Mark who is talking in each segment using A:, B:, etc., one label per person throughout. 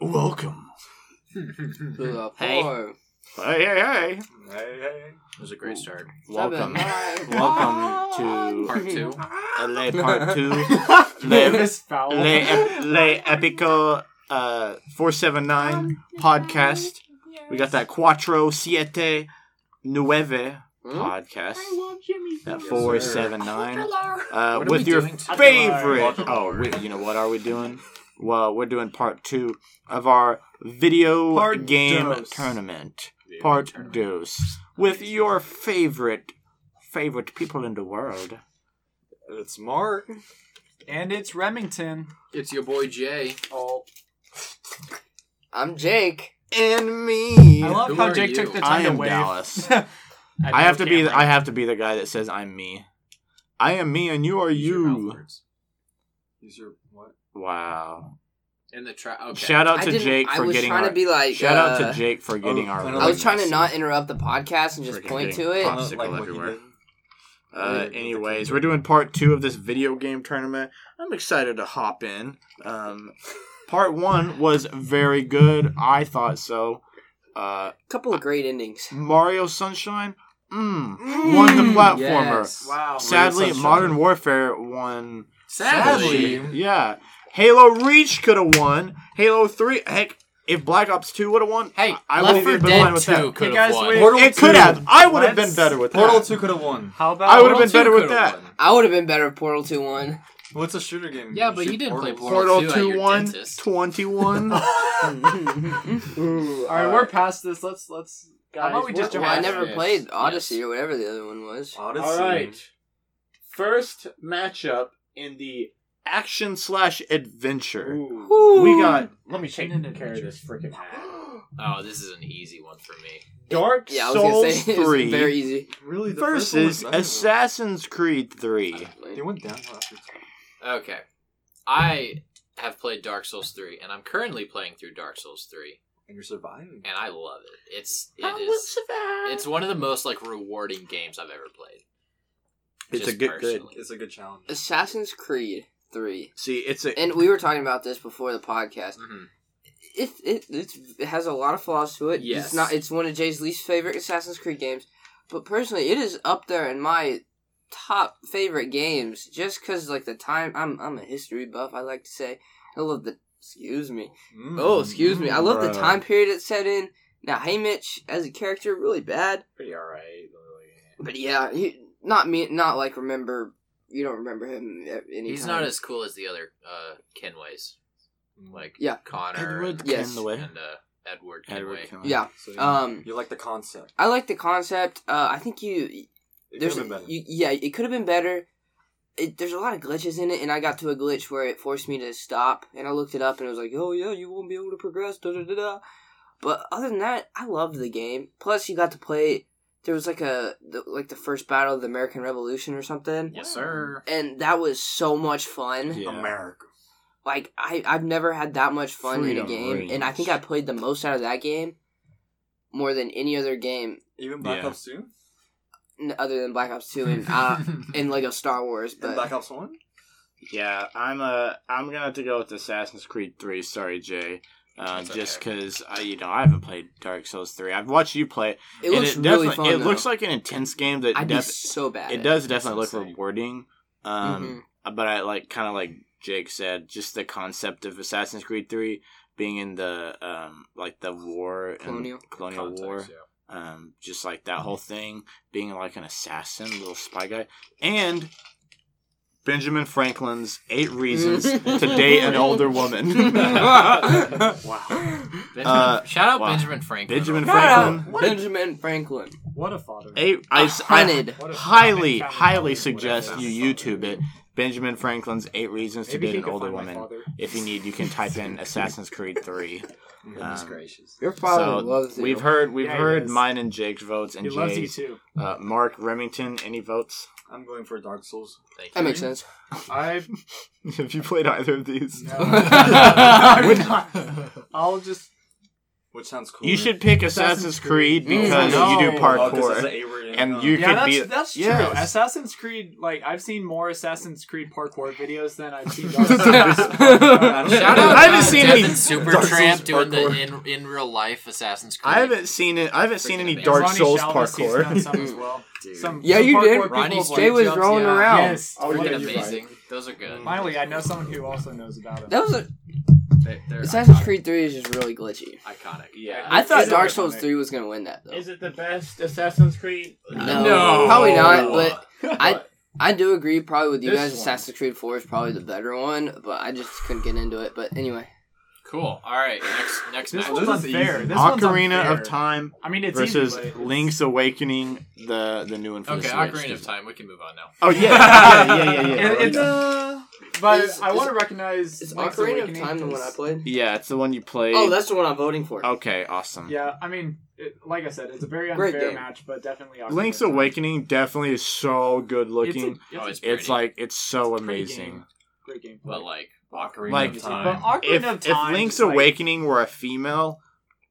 A: Welcome.
B: To the
C: Hey.
B: floor.
A: Hey, hey, hey.
C: It was a great start.
B: Seven,
D: Welcome.
B: nine,
D: Welcome to
B: one.
C: Part two.
D: LA Part 2.
A: Le-
D: Miss
A: Fowl.
D: Le, Ep- Le Epico uh, 479 podcast. We got that Cuatro Siete Nueve
B: Hmm?
D: podcast.
A: love Jimmy.
D: That
C: sir.
D: 479. Uh,
C: What are
D: with
C: we
D: your
C: doing today?
D: favorite.
C: Welcome.
D: Oh, wait, you know what are we doing? Well, we're doing part two of our video
A: Part
D: game
A: dos.
D: tournament. Part dose with your favorite favorite people in the world.
C: It's Mark.
A: And it's Remington.
C: It's your boy Jay.
A: Oh.
B: I'm Jake.
D: And me.
A: I love
C: Who
A: how
C: are
A: Jake
C: you?
A: took the
D: I
A: time
D: am
A: to wave.
D: Dallas.
A: I,
D: I have to be
A: The,
D: the, I have to be the guy that says I'm me. I am me and you are you.
C: These are what?
D: Wow.
C: In the trap. Okay.
D: Shout out
B: I
D: to
B: didn't-
D: Jake
B: I
D: for
B: was
D: getting
B: trying
D: our
B: to be like.
D: Shout out
B: uh,
D: to Jake for getting our
C: I
B: I was
D: release.
B: trying to not interrupt the podcast and just
D: Freaking
B: point
D: getting
B: to it.
D: popped. popsicle
C: what he
D: everywhere.
C: did.
D: Uh, anyways, we're doing part two of this video game tournament. I'm excited to hop in. Um, part one was very good. I thought so. Uh,
B: couple of great endings.
D: Mario Sunshine mm, won the platformer.
C: Yes.
A: wow.
D: Sadly,
C: Sunshine.
D: Modern Warfare won.
C: Sadly.
D: yeah. Halo Reach could have won. Halo Three, heck, if Black Ops Two would have won,
E: Hey,
D: I
E: Left 4
D: would've been fine
E: Dead
D: with
E: 2
D: that.
E: could
A: Hey, guys,
E: have won.
A: wait.
E: Portal,
A: Portal
D: it could have. I would have
A: Let's-
D: been better with
C: Portal
D: that.
C: 2 could have won.
A: How about
D: I would have been
E: 2
D: better with
E: could
D: that.
E: have won.
B: I would have been better if Portal 2 won.
C: What's a shooter game?
E: Yeah, but
C: shoot
E: you didn't play
C: portals?
E: Portal. Two
D: Portal
E: at
D: 2
E: your
D: won
E: dentist.
D: 21.
A: All right, we're past this. Let's let's. Guys,
E: about we just
A: we're
B: Well,
E: jump
B: I
A: past
E: Yes,
B: never
E: yes,
B: played
E: yes.
B: Odyssey or whatever the other one was.
C: Odyssey.
D: All right. First matchup in the action slash adventure. We got. Let me take care of this freaking.
E: Oh, this is an easy one for me.
D: Dark
B: Yeah, I was gonna
D: Souls
B: say it's
D: 3
B: very easy.
C: Really, the first one was
D: versus
C: better.
D: Assassin's Creed 3.
C: They went down after two.
E: Okay. I have played Dark Souls 3, and I'm currently playing through Dark Souls 3,
C: And you're surviving.
E: and I love it. It's it is it's one of the most like rewarding games I've ever played.
D: It's
E: Just
D: a good
E: personally.
C: It's a good challenge.
B: Assassin's Creed 3.
D: See, it's a.
B: And we were talking about this before the podcast.
E: Mhm.
B: It it it's, it has a lot of flaws to it.
E: Yes.
B: It's not it's one of Jay's least favorite Assassin's Creed games, but personally it is up there in my top favorite games just cuz like the time I'm I'm a history buff, I like to say. I love the excuse me.
C: Mm.
B: Oh, excuse me. I love the
D: Bruh.
B: time period it set in. Now, Haymitch as a character really bad.
E: Pretty alright.
B: But yeah, he, not me. Not like remember. You don't remember him. At any
E: He's
B: time.
E: not as cool as the other uh Kenways.
C: Mm-hmm.
E: Like
B: Yeah.
E: Connor
D: Edward
E: and,
B: Yes.
D: Kenway.
E: and, uh, Edward Kenway.
D: Edward Kenway.
B: Yeah.
C: So you,
B: Um.
C: you like the concept.
B: I like the concept. Uh. I think you.
C: It
B: there's.
C: could have been better.
B: You, yeah. It could have been better. It, there's a lot of glitches in it, and I got to a glitch where it forced me to stop, and I looked it up, and it was like, "Oh yeah, you won't be able to progress." Da da da da. But other than that, I loved the game. Plus, you got to play. There was like a the, like the first battle of the American Revolution or something,
E: Yes, sir.
B: and that was so much fun.
D: Yeah.
C: America.
B: like I I've never had that much fun in
D: Freedom
B: a game, and I
D: rings.
B: think I played the most out of that game more than any other game
C: Even Black
D: Yeah.
C: Ops 2? And
B: n- other than Black Ops Two and uh, and Lego Star Wars. But
C: Black Ops 1?
D: Yeah, I'm a. I'm gonna have to go with Assassin's Creed Three. Sorry, Jay. Uh,
E: That's
D: just
E: okay.
D: because I, you know, I haven't played Dark Souls Three. I've watched you play.
B: it looks
D: and it
B: really
D: definitely-
B: fun.
D: It looks like an intense game that
B: I'd be
D: def-
B: so bad.
D: it
B: at
D: does definitely look
E: That's insane.
D: rewarding. Um,
B: Mm-hmm.
D: but I like kind of like Jake said, just the concept of Assassin's Creed Three being in the um like the war and
B: Colonial. Mm-hmm.
D: colonial
E: Context,
D: war,
E: yeah.
D: um, just like that whole thing being like an assassin, little spy guy, and Benjamin Franklin's eight reasons to date an older woman. wow,
E: Benjamin,
D: Uh,
E: shout out
D: wow.
E: Benjamin Franklin.
D: Benjamin
B: Shout out
D: Franklin.
B: Benjamin Franklin.
A: What a father.
D: Eight, I,
B: A
D: s- I-
B: hunted.
A: What a
D: highly,
A: father.
D: highly
A: Whatever.
D: suggest you YouTube it. Benjamin Franklin's Eight Reasons to
A: Maybe
D: Date
A: he
D: an
A: could
D: Older
A: find my
D: Woman.
A: father.
D: If you need, you can type in Assassin's Creed Three.
C: Goodness
D: Um,
C: Mm-hmm. gracious.
B: Your father
D: So
B: loves you.
D: we've heard, we've
A: Yeah, he
D: heard
A: does.
D: mine and Jake's votes and
A: He loves you
D: Jay's.
A: too.
D: Uh, Mark Remington, any votes?
C: I'm going for Dark Souls.
E: Thank you.
B: That makes sense.
A: I
D: Have you played either of these?
A: no. I'll just
C: Which sounds cool.
D: You should pick Assassin's
A: Assassin's
D: Creed
A: Creed.
B: Mm,
D: because
A: I
D: you do
A: know.
C: Oh, 'cause it's
D: parkour,
C: an uh, A-rated,
D: and
C: huh?
D: you
A: yeah,
D: could
A: that's
D: be
A: that's true.
D: Yes.
A: Assassin's Creed, like I've seen more Assassin's Creed parkour videos than I've seen. Dark Souls.
C: I
B: Shout
C: don't-
E: Shout out
D: I haven't
E: uh,
D: seen
E: Devin
D: any
E: Supertramp
C: Dark Souls
E: doing the in,
C: parkour.
E: in real life Assassin's Creed.
D: I haven't seen it. I haven't seen any
E: Freaking
D: Dark
A: Ronnie
D: Souls
A: Shalvis, he's done
D: parkour.
A: some as well.
E: Dude.
A: Some,
B: Yeah,
A: some
B: you
A: parkour
B: did.
A: people
E: Ronnie's
A: have,
B: Jay
A: like,
B: was
E: jumps,
B: rolling
E: yeah.
B: around.
A: Yes,
C: Oh,
A: what
C: yeah,
A: did
E: Freaking
A: you
C: you're
A: find?
E: amazing. Those are good.
A: Finally, I know someone who also knows about it.
B: That was a,
E: They, they're
B: Assassin's
E: iconic.
B: Creed Three is just really glitchy.
E: Iconic. Yeah.
B: I thought
A: Is it-
B: Dark Souls Three was gonna win that though.
F: Is it the best Assassin's Creed?
B: No,
D: No.
B: probably not. But I
F: But-
B: I do agree probably with you
F: This
B: guys.
F: one.
B: Assassin's Creed Four is probably the better one, but I just couldn't get into it. But anyway,
E: Cool. All right. Next. Next.
A: This
E: match.
A: one's
C: This is
A: unfair.
C: easy.
A: This one's
D: Ocarina
A: unfair.
D: of Time
A: I mean, it's
D: versus
A: easy, but it's-
D: Link's Awakening, the the new one for
E: Okay.
D: the
E: Ocarina
D: Switch.
E: of Time. We can move on now.
D: Oh yeah, yeah, yeah, yeah. yeah,
A: It- it's,
D: yeah.
A: uh, but
B: Is-
A: I
B: is-
A: want to recognize
B: is
A: Link's
B: Ocarina of
A: Awakening
B: Time the one I
A: because-
B: played?
D: Yeah, it's the one you played.
B: Oh, that's the one I'm voting for.
D: okay, awesome.
A: Yeah, I mean, it, like I said, it's a very
B: Great
A: unfair
B: game.
A: match, but definitely Ocarina
D: Link's
A: of Time.
D: Awakening definitely is so good
A: It's a-
D: looking.
A: it's
E: Oh,
A: a
E: it's pretty.
D: It's like it's so
A: pretty
D: amazing.
A: game. great game.
E: But like.
C: Ocarina
D: Like-
C: of
A: but
C: Time.
A: Ocarina
D: If,
A: of
D: if
A: Time
D: Link's
A: is, like-
D: Awakening were a female,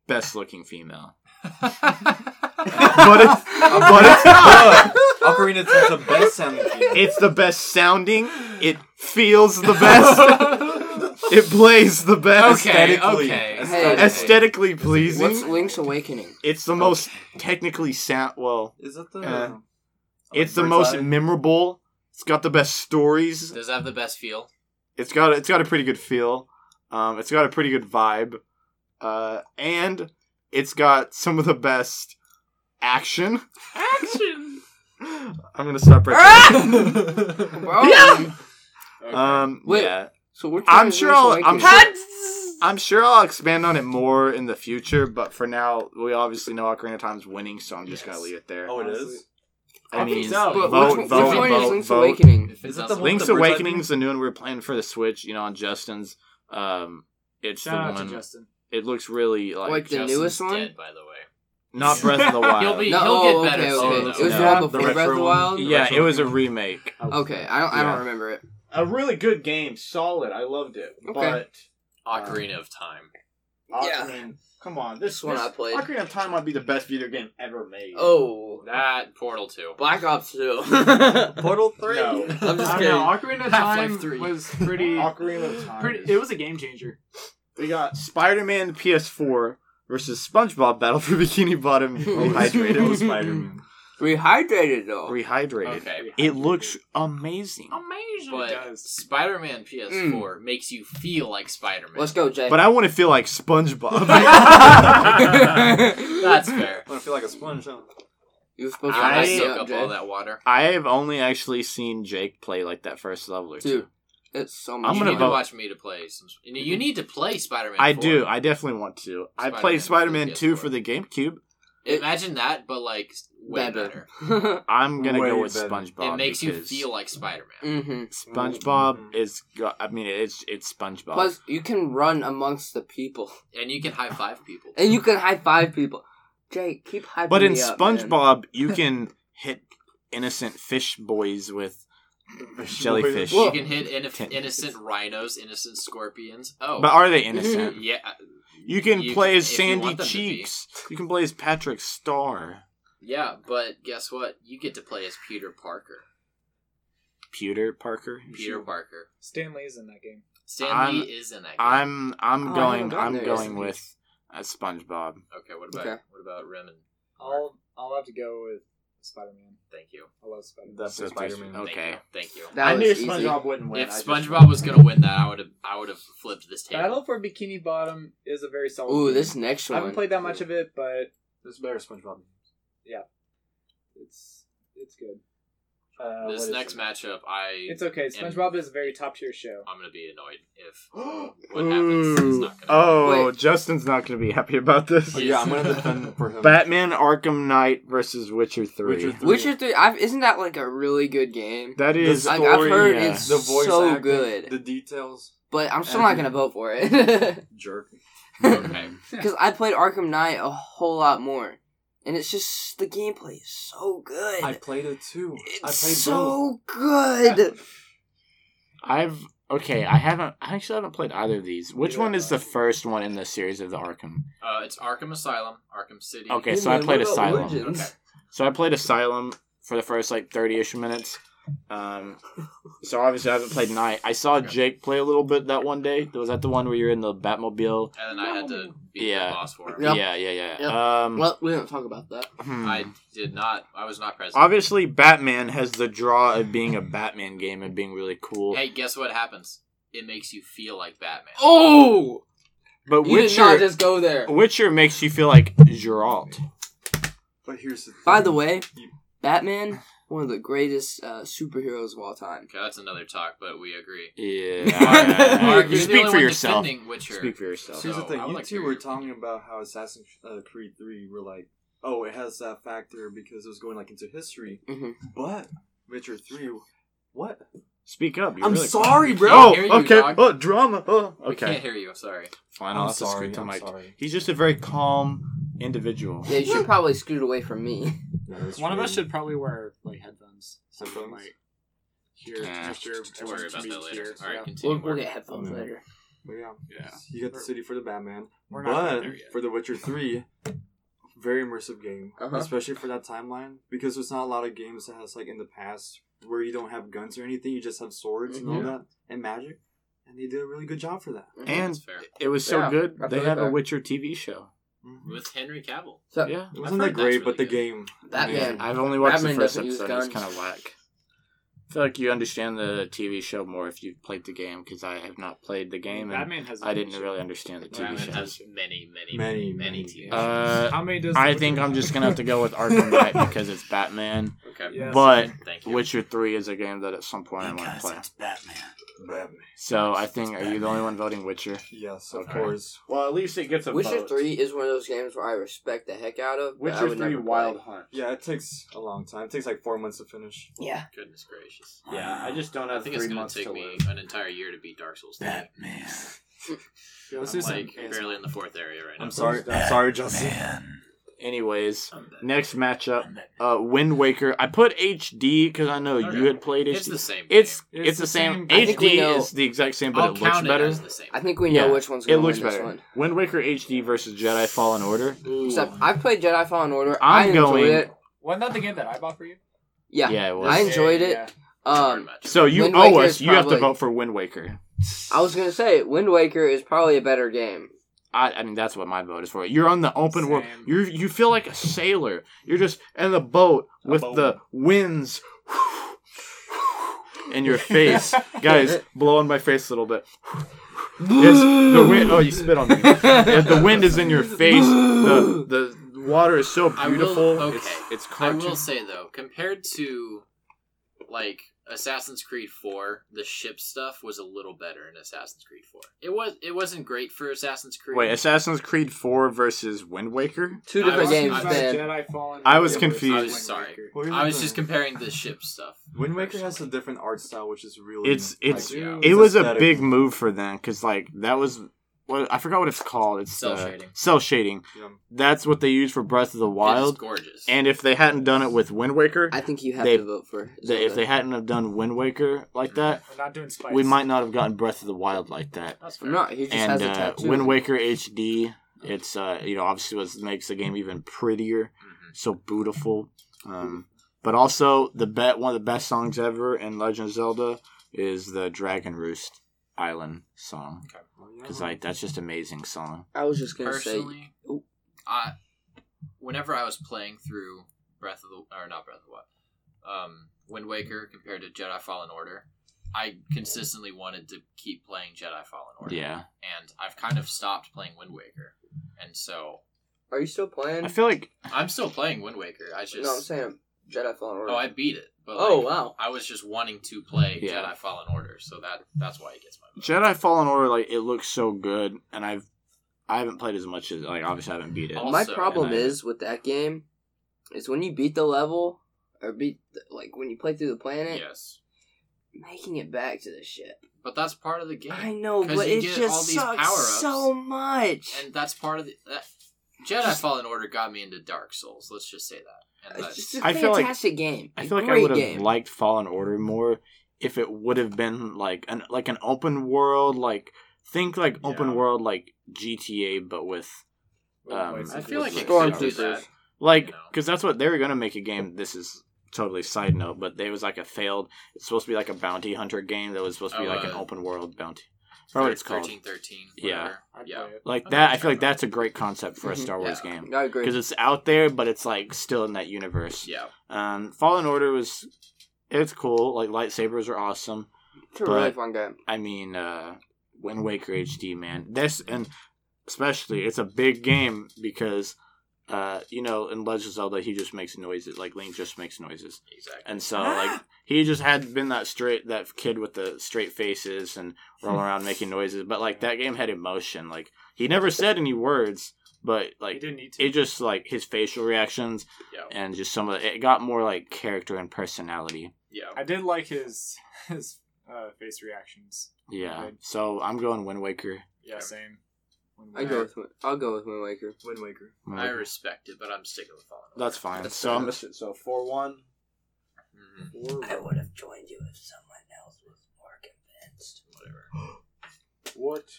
D: best looking female.
E: but
D: But it's but it's not.
C: Ocarina of Time's the best sounding game.
D: It's the best sounding. It feels the best. it plays the best.
E: okay.
C: aesthetically-
E: Okay.
B: Hey.
D: Aesthetically pleasing.
B: What's Link's Awakening?
D: it's the most technically sound. Well,
C: Is that the?
D: Uh,
C: like
D: it's the
C: Bird's
D: most
C: Eye?
D: memorable. It's got the best stories.
E: Does that have the best feel?
D: It's got it's got a pretty good feel. Um, it's got a pretty good vibe, uh, and it's got some of the best action. Action. I'm gonna stop right
B: Bro.
D: Ah! Yeah! there. Um,
B: Wait.
D: yeah.
B: So we're.
D: I'm
B: trying to
D: sure
B: Link's
D: I'll- I'm
B: Awakening.
D: sure- I'm sure I'll expand on it more in the future, but for now, we obviously know Ocarina of Time's winning, so I'm just
A: Yes.
D: gonna leave it there.
C: Oh, it is.
D: I mean,
A: so.
B: But
D: Vote,
B: which, one-
D: vote,
B: which one is
D: vote,
B: Link's
D: vote.
B: Awakening?
E: If it
C: Is that
E: doesn't-
C: the one-
D: Link's
C: Bird's Eye
D: Awakening's the new one we were playing for the Switch. You know, on Justin's. Um, it's
A: Shout
D: the
A: out to
D: one.
A: Justin.
D: It looks really like,
B: Like the
E: Justin's
B: newest one?
E: Dead, by the way.
D: not Breath of the Wild.
E: He'll be-
B: No,
E: He'll
B: oh,
E: get
B: okay,
E: better
B: okay.
E: soon,
B: It was
E: though.
B: the
D: Yeah,
B: one
C: the
B: before Breath of
C: retro
B: the
C: one.
B: Wild.
D: Yeah, it was a remake.
B: Okay, I don't. I
D: Yeah.
B: don't remember it.
F: a really good game, solid. I loved it,
B: Okay.
F: but
B: Uh,
E: Ocarina of Time.
B: Yeah.
F: Ocarina- come on, this,
B: This one I played.
F: Ocarina of Time might be the best video game ever made.
B: Oh,
E: That and Portal Two.
B: Black Ops Two.
C: Portal Three.
F: No.
B: I'm
A: I
B: just
A: don't
B: kidding.
A: know. Ocarina of
E: Half-Life
A: Time
E: 3.
A: was pretty.
F: Ocarina of Time.
A: pretty. It was a game changer.
F: we got
D: Spider-Man PS4 versus SpongeBob Battle for Bikini Bottom
C: Rehydrated
D: rehydrated.
C: Spider-Man.
B: Rehydrated though.
D: rehydrated.
E: Okay.
D: It looks amazing.
A: Amazing.
E: But
A: it does.
E: Spider-Man PS4 makes you feel like Spider-Man.
B: Mm. Let's go, Jay.
D: But I want to feel like SpongeBob.
E: That's fair.
C: I want to feel like a sponge. Huh?
B: you were supposed to
E: I
D: I-
B: mess it
E: soak
B: up,
E: up
B: Jay.
E: all that water.
D: I have only actually seen Jake play like that first level or two.
B: Dude, it's so much.
D: I'm
E: you
D: gonna
E: need
D: vote-
E: to
D: Mm-hmm.
E: watch me to play some. You, you need to play Spider-Man.
D: I
E: 4.
D: do. I definitely want to. I
E: Spider-Man
D: played
E: for
D: Spider-Man
E: the
D: 2
E: PS4.
D: for the GameCube.
E: Imagine that, but like way better.
B: better.
D: I'm gonna
C: Way
D: go with
C: better.
D: SpongeBob.
E: It makes you
D: because
E: feel Mm-hmm. like Spider-Man.
B: mm-hmm.
D: SpongeBob
C: Mhm.
D: is. Go- I mean, it's it's SpongeBob.
B: Plus, you can run amongst the people,
F: Mm.
E: and you can high five people.
B: and you can high five people. Jay, keep hyping
D: But in
B: me up,
D: SpongeBob, you can hit innocent fish boys with jellyfish.
E: you
B: Well-
E: can hit inno-
D: Ten-
E: innocent rhinos, innocent scorpions. Oh,
D: but are they innocent?
E: yeah,
D: You can
E: You
D: play
E: can-
D: as
E: if you
D: Sandy
E: want them to be.
D: Cheeks. You can play as Patrick Starr.
E: yeah. But guess what? You get to play as Peter Parker.
D: Peter Parker.
E: Peter Parker.
A: Stanley is in that game.
E: Stanley
D: I'm-
E: is in that. Game.
D: I'm I'm
B: Oh, I haven't
D: going
B: gotten
D: I'm
B: there yet.
D: going with uh, SpongeBob.
E: Okay. What about
B: Okay.
E: what about Remen?
A: I'll I'll have to go with Spider-Man.
E: Thank you.
A: I love Spider-Man.
C: Definitely
D: So
C: Spider-Man.
D: there's-
E: Thank
D: Okay.
E: You. Thank you.
B: That
F: I knew
B: was easy.
F: SpongeBob wouldn't win.
E: if
F: I just-
E: SpongeBob was gonna win that, I would have I would have flipped this table.
A: Battle for Bikini Bottom is a very solid.
B: Ooh,
A: game.
B: this next
A: I
B: one.
A: haven't played that much of it, but
C: There's better SpongeBob.
A: it's it's good.
F: Uh, what
E: this
F: is
E: next
F: it?
E: matchup, I
A: It's okay. SpongeBob is a very top tier show.
E: I'm gonna be annoyed if what happens is not gonna.
D: Oh,
B: Wait.
D: Justin's not going to be happy about this.
C: Oh, yeah, I'm gonna defend for him.
D: Batman Arkham Knight versus Witcher 3.
C: Witcher 3.
B: Witcher Three. I've, isn't that like a really good game?
D: That is
B: I've- I've heard
D: yeah.
B: it's- so good.
C: The details.
B: But I'm still not gonna vote for it
C: Jerk.
E: okay.
B: because I played Arkham Knight a whole lot more, and it's just the gameplay is so good.
C: I played it too. I
B: it's
C: played
B: so good.
D: I've Okay, I haven't. I actually haven't played either of these. Which
F: Neither
D: one
F: have
D: is
F: I.
D: the first one in the series of the Arkham?
E: Uh, it's Arkham Asylum, Arkham City.
D: Okay,
B: Hey,
D: so I
B: man,
D: played
B: what about
D: Asylum.
B: Origins?
E: Okay.
D: So I played Asylum for the first like thirty-ish minutes. Um, so obviously I haven't played Night. I saw
E: Okay.
D: Jake play a little bit that one day. Was that the one where you're in the Batmobile?
E: And then I had to beat
D: Yeah.
E: the boss for him.
B: Yep.
D: Yeah, yeah, yeah.
B: Yep.
D: Um,
B: Well, we don't talk about that.
D: hmm.
E: I did not. I was not present.
D: obviously Batman has the draw of being a Batman game and being really cool.
E: Hey, guess what happens? It makes you feel like Batman.
B: Oh,
D: but
B: you did not
D: Witcher,
B: just go there.
D: Witcher makes you feel like Geralt.
C: But here's the thing.
B: By the way, Batman, one of the greatest uh, superheroes of all time.
E: Okay, that's another talk, but we agree.
D: Yeah.
E: Mark,
D: you
E: you're the
D: speak
E: only
D: for
E: one
D: yourself.
E: defending Witcher.
D: Speak for yourself.
C: here's
E: So,
C: the thing.
E: I would
C: You
E: like to
C: two
E: hear
C: were
E: your-
C: talking about how Assassin's uh, Creed Three were like, oh, it has that factor because it was going like into history.
B: Mhm.
C: But Witcher Three, what?
D: Speak up. you're
C: I'm
D: really
C: sorry,
E: We
C: bro.
E: can't
D: Oh,
E: hear you,
D: okay.
E: dog.
D: Oh, drama. Oh,
E: We can't
D: okay.
E: hear you. I'm sorry.
D: Fine.
C: I'm
D: I'll just
C: sorry.
D: scoot to
C: I'm
D: Mike.
C: sorry.
D: He's just a very calm individual.
B: Yeah, you should probably scoot away from me.
A: One of us should probably wear like headphones, so we
C: Headphones?
A: might hear
D: Yeah.
A: just hear
E: Don't worry
A: everyone's
E: about that
A: music
E: later.
A: here.
E: All right,
A: Yeah.
E: continue.
B: We'll, Oh, we'll
E: Mark.
B: get headphones
C: Yeah.
B: later.
C: But yeah,
D: Yeah.
C: you got the city for the Batman,
A: We're not quite
C: but
A: there yet.
C: for The Witcher Three, very immersive game,
B: Uh-huh.
C: especially for that timeline because there's not a lot of games that has like in the past where you don't have guns or anything, you just have swords and all
B: Mhm.
C: that and magic, and they did a really good job for that.
D: And
E: That's fair.
D: it was so
B: Yeah,
D: good.
B: I
D: They
B: feel
D: have a
B: that.
D: Witcher TV show.
E: With Henry Cavill.
B: So,
D: Yeah.
C: Mm-hmm. It wasn't
E: I've
C: that
E: heard that's
C: great, but the
E: really good.
C: game.
B: Batman.
D: I've only watched
B: Batman
D: the first
B: doesn't use
D: episode. It's
B: guns.
D: kind of whack. I feel like you understand the TV show more if you've played the game because I have not played the game and
A: Batman has.
D: I didn't really understand the TV
E: Batman
D: show.
E: has many, many,
C: Many,
E: many,
C: many
E: TV
C: games.
D: Uh,
A: How many does?
D: I
A: The
D: think
A: Witcher
D: I'm
A: have?
D: just gonna have to go with Arkham Knight because it's Batman.
E: Okay.
A: Yes.
D: But
E: Thank you.
D: Witcher Three is a game that at some point I want to play.
C: Batman. Batman.
D: So I think are you the only one voting Witcher?
C: Yes, of
D: Okay.
C: course.
D: Well, at least it gets a
B: Witcher Three is one of those games where I respect the heck out of. but I would never play.
D: Hunt.
C: Yeah, it takes a long time. It takes like four months to finish.
B: Yeah.
E: Goodness gracious.
D: Yeah, I just don't
E: I think it's gonna take me an entire year to beat Dark Souls. Three.
D: Batman.
A: Yeah,
E: I'm
A: let's do some
E: like barely in the fourth area right now.
C: I'm sorry. I'm sorry, Justin.
D: Anyways,
E: I'm dead.
D: next matchup, uh, Wind Waker. I put HD because I know
E: Okay.
D: you had played
E: It's
D: HD.
E: the same.
D: It's
E: game.
D: it's, the same.
A: game.
B: I think we
D: HD
B: know-
D: is the exact same, but
E: I'll
D: it looks
E: count
D: better.
E: it as the same.
B: I think we know
D: Yeah.
B: which one's
D: It
B: gonna
D: looks
B: win
D: better.
B: this one.
D: Wind Waker HD versus Jedi Fallen Order.
B: Except I've played Jedi Fallen Order.
D: I'm
B: I enjoyed
D: going-
B: it.
A: Wasn't that the game that I bought for you?
B: Yeah.
D: Yeah, it was.
B: I enjoyed it.
A: Yeah.
B: Um,
D: So you
B: Wind
D: owe
B: Waker
D: us.
B: is
D: You have to
B: probably-
D: vote for Wind Waker.
B: I was gonna say Wind Waker is probably a better game.
D: I, I mean, that's what my vote is for. You're on the open world.
A: Same.
D: You you feel like a sailor. You're just in the boat with
F: boat.
D: the winds in your face, guys. Blow on my face a little bit. Yes, the wind. Oh, you spit on me. Yeah, the wind is in your face. The the water is so
E: I will-
D: beautiful.
E: okay.
D: It's it's
E: I
D: cartoon.
E: will say though, compared to like Assassin's Creed 4, the ship stuff was a little better in Assassin's Creed 4. It was it wasn't great for Assassin's Creed.
D: Wait, Assassin's Creed Four versus Wind Waker.
B: Two
E: I
B: different
E: was
B: games,
E: confused.
B: man.
A: Jedi Fallen
D: I was
A: Order
D: confused.
A: versus
E: I was
A: Wind
E: sorry.
A: Waker.
C: What are you
E: I was
C: doing?
E: just comparing the ship stuff.
C: Wind Waker has a different art style, which is really.
D: It's it's
A: Like,
E: yeah.
D: it was a
C: aesthetic.
D: big move for them because like that was what I forgot what it's called. It's
E: Cell
D: uh,
E: shading.
D: Cell shading.
C: Yeah.
D: That's what they used for Breath of the
E: It's
D: Wild.
E: gorgeous.
D: And if they hadn't done it with Wind Waker,
B: I think you have
D: They-
B: to vote for.
D: they, if
B: Zelda.
D: they hadn't have done Wind Waker like that,
A: We're not doing spice.
D: we might not have gotten Breath of the Wild like that.
E: that's fair.
B: I'm not. He just
D: And
B: has a
D: uh,
B: tattoo.
D: Wind Waker HD, it's uh you know obviously was makes the game even prettier,
B: Mm-hmm.
E: Mhm.
D: so beautiful. Um, but also the bet one of the best songs ever in Legend of Zelda is the Dragon Roost Island song.
C: oh,
D: Cause like that's just amazing song.
B: I was just gonna oh.
E: Personally,
B: Ooh.
E: I whenever I was playing through Breath of the or not Breath of the Wild, um, Wind Waker compared to Jedi Fallen Order, I consistently wanted to keep playing Jedi Fallen Order.
D: Yeah,
E: and I've kind of stopped playing Wind Waker, and so
B: say, are you still playing?
D: I feel like
E: I'm still playing Wind Waker. I just
B: no, I'm saying Jedi Fallen Order.
E: oh, I beat it. But
B: Oh,
E: like,
B: wow.
E: I was just wanting to play
D: Yeah.
E: Jedi Fallen Order, so that that's why it gets my vote.
D: Jedi Fallen Order like it looks so good, and I've I haven't played as much as like obviously I haven't beat it.
E: Also,
B: My problem
D: and I-
B: is with that game is when you beat the level or beat the, like when you play through the planet,
E: Yes,
B: making it back to the ship.
E: but that's part of the game.
B: I know,
E: 'Cause
B: but
E: you
B: it
E: get
B: just
E: all these
B: sucks
E: power-ups.
B: so much.
E: and that's part of the that, Jedi Fallen Order got me into Dark Souls. Let's just say that. And
B: it's
E: that's,
B: just a
D: I feel like-
B: fantastic game.
D: I
B: A
D: feel like I
B: great
D: would have
B: game.
D: liked Fallen Order more if it would have been like an like an open world like think like open
F: Yeah.
D: world like GTA but with Um,
E: I feel like it could do
B: Stormtroopers.
E: that.
D: like
E: You know.
D: because that's what they were gonna make a game. This is totally side note, but they was like a failed. It's supposed to be like a bounty hunter game that was supposed to be
E: Oh,
D: like an
E: uh,
D: open world bounty. I forgot what it's called.
E: 1313.
D: Yeah.
E: whatever. Yeah.
D: Like
E: Okay,
D: that, I
E: fair
D: feel like
E: enough.
D: that's a great concept for a
B: Mhm.
D: Star Wars
E: Yeah.
D: game
B: I
D: because
B: agree.
D: it's out there, but it's like still in that universe.
E: Yeah.
D: Um, Fallen Order was it's cool. Like lightsabers are awesome.
B: It's a really
D: but-
B: fun game.
D: I mean, uh, Wind Waker HD, man. This and especially, it's a big game because, uh, you know, in Legend of Zelda, he just makes noises. Like Link just makes noises,
E: Exactly.
D: and so like he just had been that straight that kid with the straight faces and rolling around making noises. But like that game had emotion. Like he never said any words, but
A: You
D: like
A: didn't need to.
D: it just like his facial reactions
E: Yeah.
D: and just some of the, it got more like character and personality.
E: Yeah.
A: I did like his his uh, face reactions.
D: Yeah.
A: Good.
D: So I'm going Wind Waker.
A: Yeah,
E: Yeah.
A: same. When
B: I
A: we-
B: go with Wind- I'll go with Wind Waker.
C: Wind Waker.
E: I respect it, but I'm sticking with Fallen. Order.
D: That's fine. So I'm
F: so four one.
E: Mhm.
B: I would have joined you if someone else was more convinced.
E: Whatever.
F: What?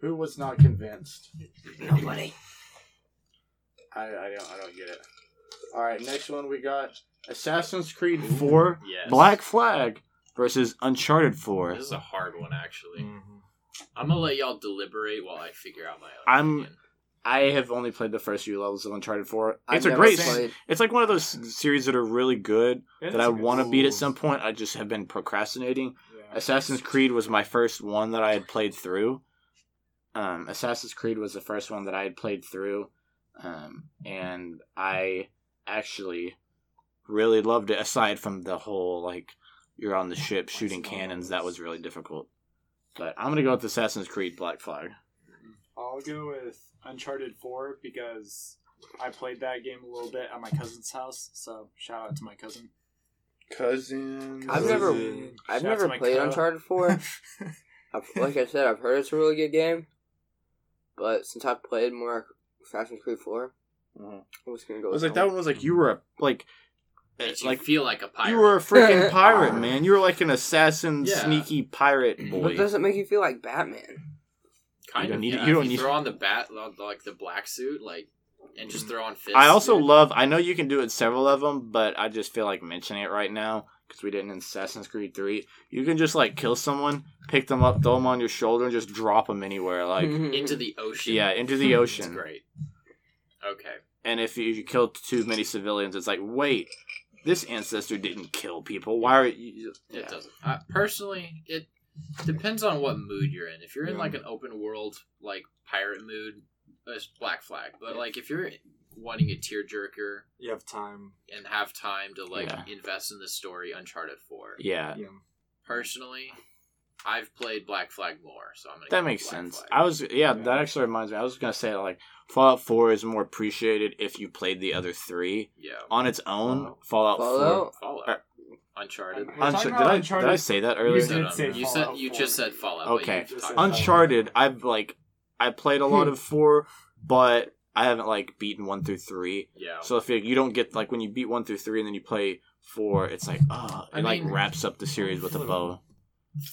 F: Who was not convinced?
B: Nobody.
F: I, I don't I don't get it. All right, next one we got Assassin's Creed Four.
D: four
E: Yes.
D: Black Flag versus Uncharted Four.
E: This is a hard one, actually.
D: Mm-hmm.
E: I'm gonna let y'all deliberate while I figure out my own.
D: I'm-
E: opinion.
D: I have only played the first few levels of Uncharted Four.
B: I've
D: It's a
B: never
D: great.
B: played-
D: It's like one of those series that are really good
A: It
D: that
A: is
D: I
A: a good
D: want to
A: game.
D: beat at some point. I just have been procrastinating.
A: Yeah.
D: Assassin's Creed was my first one that I had played through. Um, Assassin's Creed was the first one that I had played through, um, and I actually really loved it. Aside from the whole like you're on the ship shooting cannons, that was really difficult. But I'm gonna go with Assassin's Creed Black Flag.
A: I'll go with Uncharted 4 because I played that game a little bit at my cousin's house. So shout out to my cousin.
F: Cousins.
B: I've never-
A: Cousin.
B: I've
A: Shout out
B: never
A: to my
B: played
A: co-
B: Uncharted Four. I've, like I said, I've heard it's a really good game, but since I've played more Assassin's Creed 4
F: Mhm.
B: I was gonna
D: Mm-hmm.
B: go.
D: I
B: with
D: was like that one was like you were a like uh,
E: Makes you
D: like
E: feel like a pirate.
D: you were a freaking pirate man. You were like an assassin,
E: Yeah.
D: sneaky pirate
B: But
D: boy.
B: doesn't make you feel like Batman.
E: kind
D: You don't
E: of.
D: need-
E: yeah.
D: you don't
E: If
D: need-
E: throw on the bat like the black suit, like, and just throw on fists.
D: Mm. I also
E: dude.
D: love. I know you can do it several of them, but I just feel like mentioning it right now because we didn't in Assassin's Creed Three. You can just like kill someone, pick them up, throw them on your shoulder, and just drop them anywhere. Like
B: Mm-hmm.
E: into the ocean.
D: yeah, into the
E: it's
D: ocean.
E: great. Okay.
D: And if you, you kill too many civilians, it's like wait, this ancestor didn't kill people. Why are you?
E: It
D: Yeah.
E: doesn't. I, personally, it depends on what mood you're in. If you're in like an open world, like pirate mood, it's Black Flag. But like if you're wanting a tearjerker
C: You have time.
E: and have time to like
D: Yeah.
E: invest in the story, Uncharted Four.
D: Yeah,
C: Yeah.
E: Personally, I've played Black Flag more, so I'm gonna.
D: That
E: go
D: makes
E: with Black
D: sense.
E: Flag.
D: I was yeah, that actually reminds me. I was gonna say like Fallout Four is more appreciated if you played the other three
E: yeah.
D: on its own. Fallout,
B: Fallout.
E: Fallout,
D: Uh,
E: Uncharted.
A: We're
D: Four. Unch-
A: talking
D: did
A: about
D: I did
A: Uncharted.
D: I say that
A: You
D: earlier?
A: did say
E: you said
A: Fallout
E: you
A: 4.
E: just said Fallout.
D: Okay.
E: But you talked about
D: Uncharted. I've like I played a lot of four, but I haven't like beaten one through three.
E: Yeah.
D: So if you, you don't get like when you beat one through three and then you play four, it's like ah, it
E: I
D: like
E: mean-
D: wraps up the series with a bow.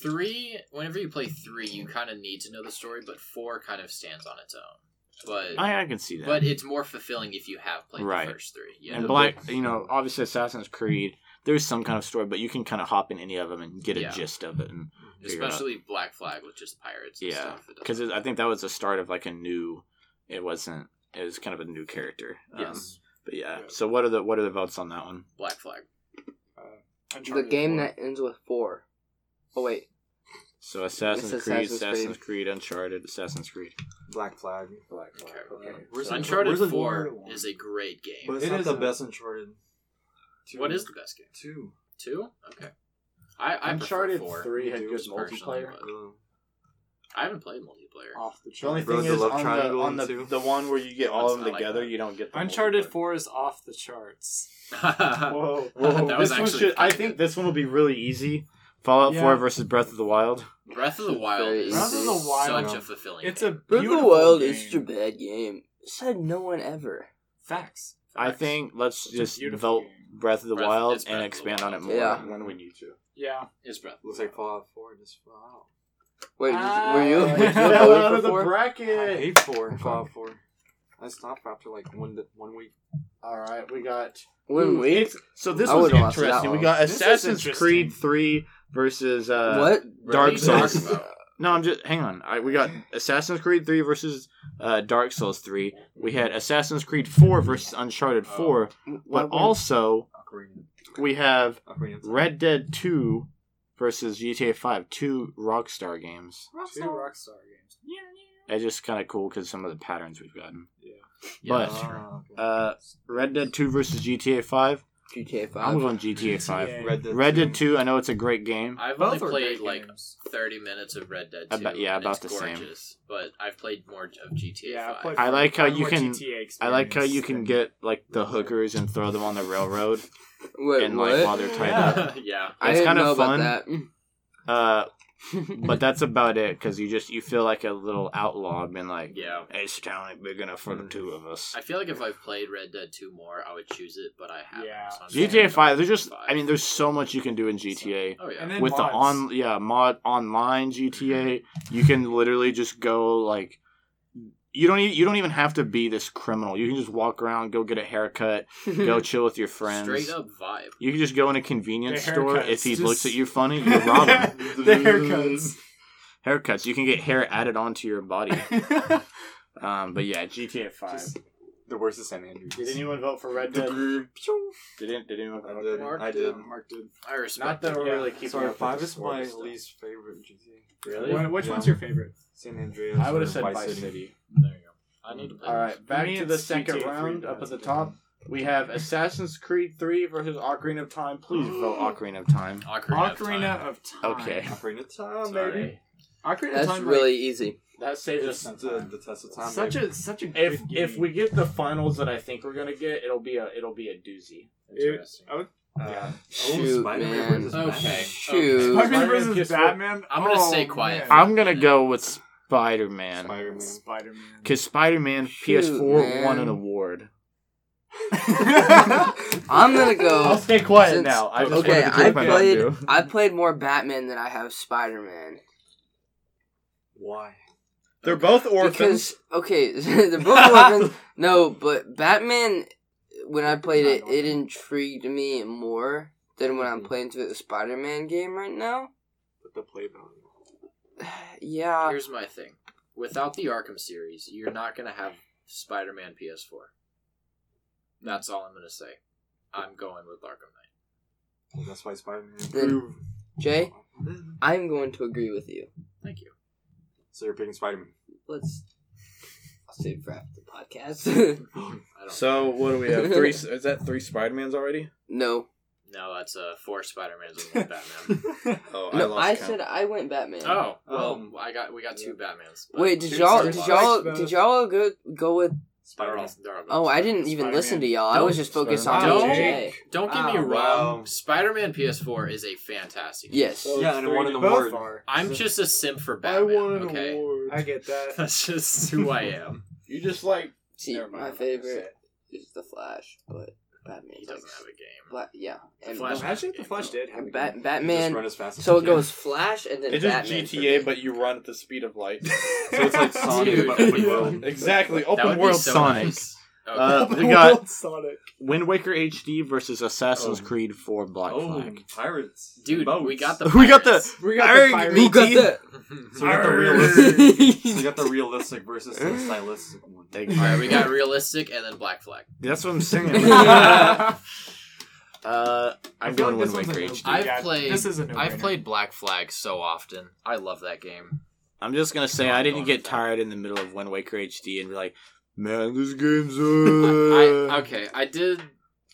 E: three whenever you play three you kind of need to know the story but four kind of stands on its own but
D: I I can see that.
E: but it's more fulfilling if you have played
D: Right.
E: the first three you
D: and
E: know?
D: black, you know, obviously Assassin's Creed. There's some kind of story, but you can kind of hop in any of them and get a
E: Yeah.
D: gist of it. And figure it out.
E: especially black flag with just pirates and
D: Yeah,
E: stuff It doesn't-
D: because I think that was the start of like a new. It wasn't. It was kind of a new character. Um,
E: Yes.
D: But yeah.
A: Yeah.
D: So what are the what are the votes on that one?
E: black flag
A: Uncharted
B: the game
A: 4.
B: that ends with four. Oh wait,
D: So Assassin's,
B: It's
D: Creed,
B: Assassin's
D: Assassin's Creed, Uncharted, Assassin's Creed.
C: Black Flag.
F: Black Flag.
E: Okay.
F: Okay.
C: Where's
F: So-
C: Uncharted
E: uncharted
C: where's the
E: 4
C: third one?
E: is a great
C: But
E: game
C: it's
A: It
C: not
A: is
C: the
A: a-
C: best Uncharted. Two.
E: what is the best game
C: two?
E: two okay i i
F: Uncharted
E: prefer four.
F: Three had
E: Two
F: good
E: is personally,
F: multiplayer.
E: but
C: Uh,
E: i haven't played multiplayer
A: Off the
F: The only
A: chart.
F: thing
C: Road to
F: is
C: Love
F: on, the,
C: Triangle
F: on the,
C: too.
F: the one where you get all
E: That's
F: of them
E: not like
F: together,
E: that.
F: you don't get the
A: Uncharted
F: multiplayer.
A: 4 is off the charts.
F: Whoa,
E: That
F: whoa! this
E: was
F: one
E: actually
F: should. I
E: pretty
F: think
E: good.
F: this one will be really easy.
D: Fallout
A: Yeah.
D: Four versus Breath of the Wild.
E: breath of the wild
B: Very
E: is
A: Breath of the Wild.
E: such a fulfilling
A: It's a
E: game.
B: Breath of
A: beautiful
B: the Wild
A: game.
B: is such a bad game. Said no one ever.
A: Facts.
D: I
E: Facts.
D: think let's
A: It's a
D: just vote
A: beautiful game.
D: Breath of the
E: Breath-
D: Wild
E: it's Breath of
D: and
E: the
D: expand on it
E: Wild.
D: more
B: Yeah.
F: When we need to.
A: Yeah.
E: Is Breath of
C: Looks
E: the
C: like
E: Wild.
C: Fallout 4 just fell out.
B: Wait,
F: Ah,
B: were you?
F: it
B: Were you
F: fell
B: voting
F: out
B: for
F: of the
B: four?
C: I
F: bracket.
C: hate 4 and Fallout 4. I stopped after like one d- one week.
F: All right, we got
B: When
F: Ooh,
B: we
F: it's- So this
B: I
F: was
B: wouldn't watch that
F: interesting. We
B: one.
F: got
D: This is
F: Assassin's
D: interesting.
F: Creed 3 versus uh
B: what?
D: Dark
E: What are you
D: Souls.
E: talking about?
D: No, I'm just hang on. I, we got Assassin's Creed three versus uh, Dark Souls three. We had Assassin's Creed four versus Uncharted
B: Oh.
D: four,
B: Why
D: but
B: would-
D: also
C: Ocarina.
D: we have
C: Ocarina of Time.
D: Red Dead two versus GTA five. Two Rockstar games.
A: Two
C: Ah,
A: Rockstar games.
D: That's just kind of cool because some of the patterns we've gotten.
E: Yeah,
D: But-
E: that's true.
C: Ah, okay.
D: Uh, Red Dead two versus GTA five.
B: GTA
D: I'm
B: Five.
D: going GTA five.
A: Yeah.
C: Red Dead
D: Red Dead two. I know it's a great game.
E: I've only
A: Both are
E: played
A: great
E: like
A: games.
E: 30 minutes of Red Dead 2.
D: About- yeah,
E: and it's
D: about the same.
E: gorgeous, But I've played more of GTA
A: Yeah,
E: 5.
A: played
D: I like how
A: I'm
D: you
A: more
D: can-
A: GTA
D: I like how you
A: experience
D: can
A: than-
D: get like the hookers and throw them on the railroad.
B: Wait,
D: and, like,
B: what?
D: while they're tied
A: Yeah.
D: up.
E: yeah.
B: I
D: It's
B: didn't
D: kind of
B: know
D: fun.
B: about
D: Uh,
B: that.
D: but that's about it because you just you feel like a little outlaw being like
E: Yeah.
D: it's town ain't big enough for the two of us
E: I feel like if I've played Red Dead 2 more, I would choose it, but I haven't.
A: Yeah.
E: so I'm saying
D: gta 5
E: I'm
D: there's just
E: five.
D: i mean there's so much you can do in gta
E: Oh, yeah.
A: And then
D: with the
A: mods.
D: on yeah mod online gta you can literally just go like you don't e- you don't even have to be this criminal you can just walk around go get a haircut go chill with your friends
E: Straight up vibe.
D: you can just go in a convenience
A: The
D: store
A: haircuts,
D: if he
A: just-
D: looks at you funny you rob him
A: the haircuts.
D: haircuts you can get hair added onto your body um but yeah gta 5
C: Just- The worst is San Andreas.
F: Did anyone vote for Red Dead?
D: didn't did anyone
C: I did.
E: Mark
C: I did.
E: did.
A: Mark did.
E: I
F: Not
E: respect
F: that
E: it.
F: we're
A: Yeah.
F: really keeping
C: Sorry,
F: up
C: five
F: with
C: is
F: the score
C: my
F: and stuff.
C: least favorite GTA.
E: Really?
A: Wh- Which
C: Yeah.
A: one's your favorite?
C: San Andreas.
F: I would've
C: or
F: said Vice City.
E: There you go. I need to play
F: All right, back
A: me,
F: to the
A: it's
F: second
A: GTA three,
F: round.
A: but
F: Up at
A: it's
F: the
A: good.
F: top, we have Assassin's Creed 3 versus Ocarina of Time. Please
D: Please vote Ocarina of Time.
E: Ocarina, of Time.
A: Ocarina of Time.
D: Okay.
C: Ocarina of Time,
E: Sorry.
C: baby.
A: Ocarina of
B: That's
A: Time.
B: really easy.
F: That saves us
C: It's
F: some
C: the,
F: time.
C: the test of
A: like,
C: time.
A: such
C: baby.
A: a such a good
F: If
A: game.
F: if we get the finals that I think we're gonna get, it'll be a it'll be a doozy.
E: Interesting.
F: Uh,
B: Shoot,
C: Spider-Man
B: man.
C: versus Batman.
E: Okay.
B: Shoot.
A: Spider-Man
F: Spider-Man
A: versus
F: Kiss
A: Batman.
E: I'm gonna
A: Oh,
E: stay quiet.
A: man.
D: I'm gonna go with Spider Man
C: Spider-Man.
A: Spider-Man.
D: because Spider Man
B: Shoot,
D: PS4 won
B: man.
D: an award.
B: I'm gonna go.
F: I'll stay quiet
B: Since-
F: now. I just
B: okay,
F: wanted to
B: I
F: talk about it.
B: played.
D: do.
B: I played more Batman than I have Spider Man.
C: Why?
D: They're both
B: Because okay, they're both orphans. No, but Batman, when I played
A: It's
B: it,
A: not
B: it intrigued me more than when I'm playing through the Spider Man game right now.
C: Put the play value.
B: Yeah,
E: Here's my thing. Without the Arkham series, you're not gonna have Spider-Man PS4. That's all I'm gonna say. I'm going with Arkham Knight.
C: Well, that's why Spider-Man.
B: Then-
C: Prove-
B: Jay, I'm going to agree with you.
E: Thank you.
C: So you're picking Spider-Man.
B: Let's. I'll save it for after the podcast.
E: I don't
D: So what do we
B: have? Three-
D: Is that three Spider Mans already?
B: no,
E: No, that's uh, four Spider-Mans and one Batman.
D: Oh,
B: no, I, said I went Batman.
E: oh, well,
C: Um,
E: I got we got two Batmans. but
B: Wait, did
E: two
B: y'all
E: separate
B: did
E: ones.
B: y'all
A: Xbox.
B: did y'all go go with?
E: They're
C: Spider-Man.
E: all- they're all
B: Oh, I didn't even
A: Spider-Man.
B: listen to y'all. I was just focused on
E: Spider-Man. No.
B: Jay.
E: Don't get me
D: Oh,
A: Wow.
E: wrong.
C: Wow.
E: Spider-Man PS4 is a fantastic. game.
B: Yes.
C: Yeah, and I wanted an
A: Both
C: award.
A: are.
E: I'm just a simp for Batman. okay,
F: award.
A: I get that.
E: that's just who I am.
F: You just like
B: See,
F: never mind,
B: my
F: I'm gonna
B: favorite
F: say it.
B: is the Flash, but Batman
E: He doesn't have a game.
B: Bla- yeah, and
E: Flash-
B: Bat-
A: Actually, the Flash did. have a
B: and
A: good
B: Bat-
C: Just run
B: Batman.
C: as fast as
B: So it
C: you can.
B: goes Flash and then Batman. for me.
D: you run at the speed of light.
C: So it's like Sonic,
E: Dude.
C: but open world.
D: exactly,
E: That would be so nice. Okay.
D: Uh,
A: game.
D: we got
A: Sonic.
D: Wind Waker HD versus Assassin's
C: Oh.
D: Creed 4 Black
C: Oh,
D: Flag.
C: pirates.
E: Dude,
C: Boats.
E: we got the.
D: We got the-
E: pirates.
A: We
D: Arg,
A: got the
D: me
B: Who
A: Pirates.
B: got
D: BT?
B: that?
C: So we got the realistic. so we got the realistic versus the stylistic one.
E: All right, we got realistic and then Black Flag.
D: That's what I'm saying. uh, I'm
A: feel
D: going
A: like
D: Wind
A: this one's
D: Waker
A: a no-
D: HD.
E: I've
A: Yeah,
E: played-
A: This is a no-brainer.
E: I've played Black Flag so often. I love that game.
D: I'm just gonna say
E: No,
D: I
E: I'm
D: didn't
E: going
D: get
E: with that.
D: tired in the middle of Wind Waker HD and be like, man, this game's
E: I,
D: uh.
E: I okay, I did,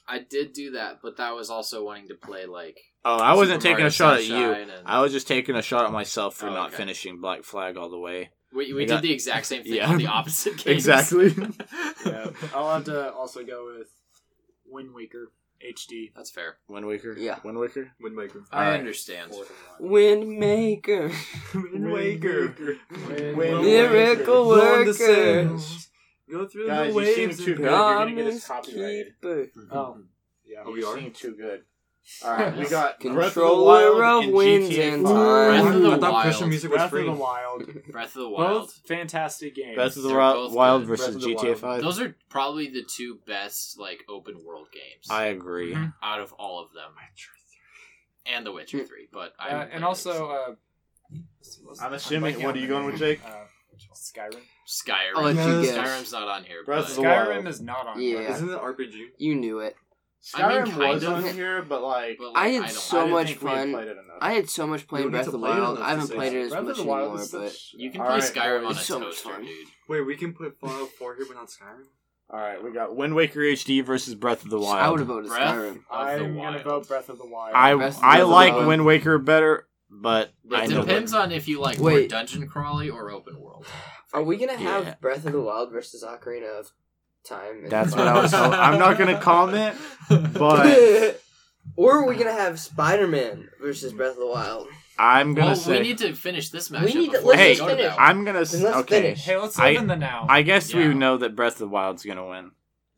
E: I did do that, but that was also wanting to play like.
D: oh, I wasn't
E: Super
D: taking
E: Mario
D: a shot at you.
E: Sunshine and-
D: I was just taking a shot at myself for
E: Oh,
D: not
E: okay.
D: finishing Black Flag all the way.
E: we we
D: I
E: did
D: got-
E: the exact same thing
D: Yeah.
E: on the opposite games.
D: Exactly.
A: Yeah, I'll have to also go with Wind Waker HD.
E: That's fair.
D: Wind Waker.
B: Yeah.
D: Wind Waker.
C: Windmaker.
E: I
D: Alright.
E: understand.
B: Windmaker,
C: Wind
A: Wind
B: miracle worker,
C: Go through
F: Guys,
C: the
F: you seem
C: waves.
F: too
C: and-
F: good. You're gonna get us
B: promise
F: copyrighted.
B: keeper.
A: Oh,
F: Yeah,
C: Oh,
F: we
C: we
F: you
C: are?
F: seem too good. All right, we got
B: Controller
F: Breath
B: of
F: the Wild
B: winds
F: GTA
B: and
F: five.
B: time.
E: Breath of the
C: I thought
E: Wild.
C: Christian music was
A: Breath of
C: free.
A: the Wild.
E: Breath of the Wild.
A: Both fantastic games.
D: Breath of the
E: They're
D: Ro-
E: both
D: Wild
E: good.
D: versus
C: Breath of the
D: GTA
C: Wild.
D: Five.
E: Those are probably the two best like open world games
D: I agree.
A: Mhm.
E: out of all of them. And The
D: Hmm.
E: Witcher Three, but I
A: Uh,
E: haven't played
A: and
E: it,
A: also,
E: so-
A: uh,
F: I'm assuming- what are you going with, Jake?
A: Uh, Skyrim.
E: Skyrim.
B: I'll let
C: you guess.
E: Skyrim's not on here.
F: Breath
E: but
F: of the
A: Skyrim
F: Wild.
A: is not on.
B: Yeah.
A: here.
C: Isn't it RPG?
B: You knew it.
E: I mean,
F: Skyrim
E: kind
F: was
E: of.
F: on here, but like,
E: but, like,
B: I had
E: don't-
B: so
F: I didn't
B: much
F: think we had
B: fun.
F: played it enough.
B: I had so much
C: You
B: playing
C: don't need
B: Breath of
C: to
B: the
C: play it
B: Wild.
C: enough to
B: I haven't
C: say
B: played
C: that.
B: it as
F: Breath of
B: much
F: the Wild
B: anymore,
F: is
B: but
F: such-
E: You can
F: All
E: play
F: right,
E: Skyrim on a
B: boys. So much
E: toaster,
B: fun.
E: dude.
C: Wait, we can put Fallout 4 here, but not Skyrim.
F: All right, we got
D: Wind Waker HD versus Breath of the Wild.
B: I would have voted
E: Breath
B: Skyrim.
E: of the
A: I'm gonna
E: Wild.
A: vote Breath of the Wild.
D: I
B: Breath of
D: I
B: the
D: like
B: Wild.
D: Wind Waker better, but I
E: It
D: know
E: depends on if you like more
B: Wait.
E: dungeon crawly or open world.
B: Are we gonna have
D: Yeah.
B: Breath of the Wild versus Ocarina of Time? and-
D: That's what I was hoping. I'm not gonna comment, but
B: or are we gonna have Spider Man versus Breath of the Wild?
D: I'm gonna
E: Well,
D: say
E: we need to finish this matchup.
B: We need to-
E: before
D: let's
E: we
D: just
E: go to
B: finish.
E: that one.
D: I'm gonna
B: Then
D: say
B: let's
D: okay.
B: finish.
A: Hey, let's
D: I-
A: live in the now.
D: I guess
E: Yeah.
D: we know that Breath of the Wild's gonna win.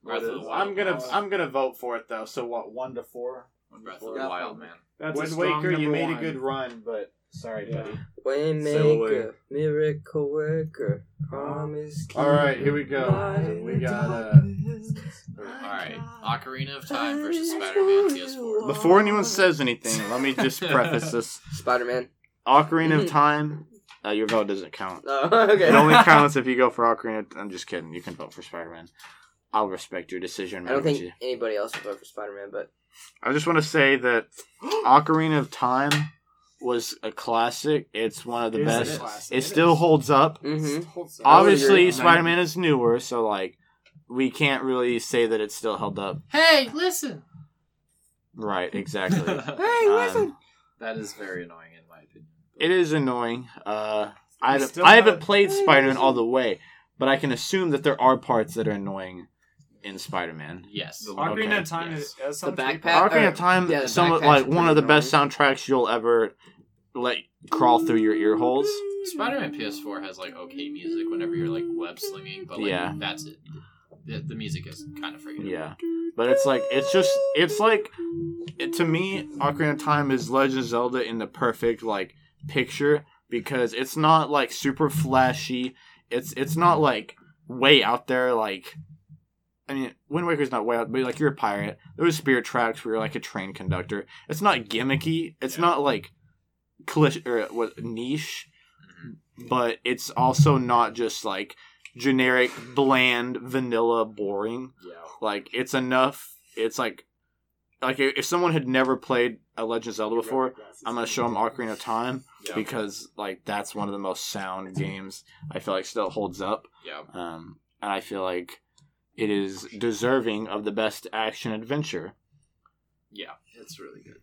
E: Breath of the Wild.
F: I'm gonna I'm gonna vote for it though. So what? One to four.
E: Breath of the Wild, man.
A: That's a
F: Wind
A: strong
F: Waker, you
A: number
F: made a
A: one.
F: good run, but sorry,
A: Yeah.
F: buddy.
B: Waymaker, miracle worker, promise.
F: All right, here we go. We got uh,
E: All right,
B: Oh,
E: Ocarina of Time versus Spider-Man PS4.
D: Before anyone says anything, let me just preface this:
B: Spider Man. Mm-hmm.
D: Ocarina of Time. Uh, your vote doesn't count.
B: Oh, okay.
D: It only counts if you go for Ocarina. I'm just kidding. You can vote for Spider Man. I'll respect your decision.
B: I don't
D: Madam
B: think
D: G.
B: anybody else would vote for Spider Man, but
D: I just want to say that Ocarina of Time was a classic. It's one of the
A: It is a
D: best.
A: classic.
D: It, still holds up.
B: hmm
A: Holds
D: Mm-hmm.
A: up.
D: Obviously,
B: agree.
D: Spider Man is newer, so like we can't really say that it's still held up.
E: Hey, listen.
D: Right, exactly.
B: hey,
D: listen.
E: That is very annoying in my opinion.
D: it is annoying. Uh, I
A: We
D: haven't,
A: still
D: I haven't
A: have-
D: played Spider Man all the way, but I can assume that there are parts that are annoying in Spider Man.
E: Yes.
A: Ocarina
D: Okay,
A: of Time
E: yes.
A: is as
B: The
A: someone-
B: backpack-
D: Ocarina
B: or-
D: of Time,
B: yeah, the
D: somewhat
B: backpacks
D: like
B: are
D: one of the
B: pretty
D: best soundtracks you'll ever let crawl through your ear holes.
E: Spider-Man PS4 has like okay music whenever you're like web slinging, but like
D: Yeah.
E: that's it. The, the music is kind of forgettable.
D: Yeah, but it's like it's just it's like it, to me, Ocarina of Time is Legend of Zelda in the perfect like picture because it's not like super flashy. It's it's not like way out there. Like I mean, Wind Waker's not way out, but like you're a pirate. There was Spirit Tracks where you're like a train conductor. It's not gimmicky. It's
E: Yeah.
D: not like clich- or uh, what niche, but it's also not just like generic, bland, vanilla, boring
E: Yeah.
D: like it's enough it's like like if someone had never played a legend of zelda before i'm gonna show them ocarina of time
E: Yeah.
D: because like that's one of the most sound games i feel like still holds up
E: Yeah.
D: um and i feel like it is deserving of the best action adventure
E: Yeah. It's really good.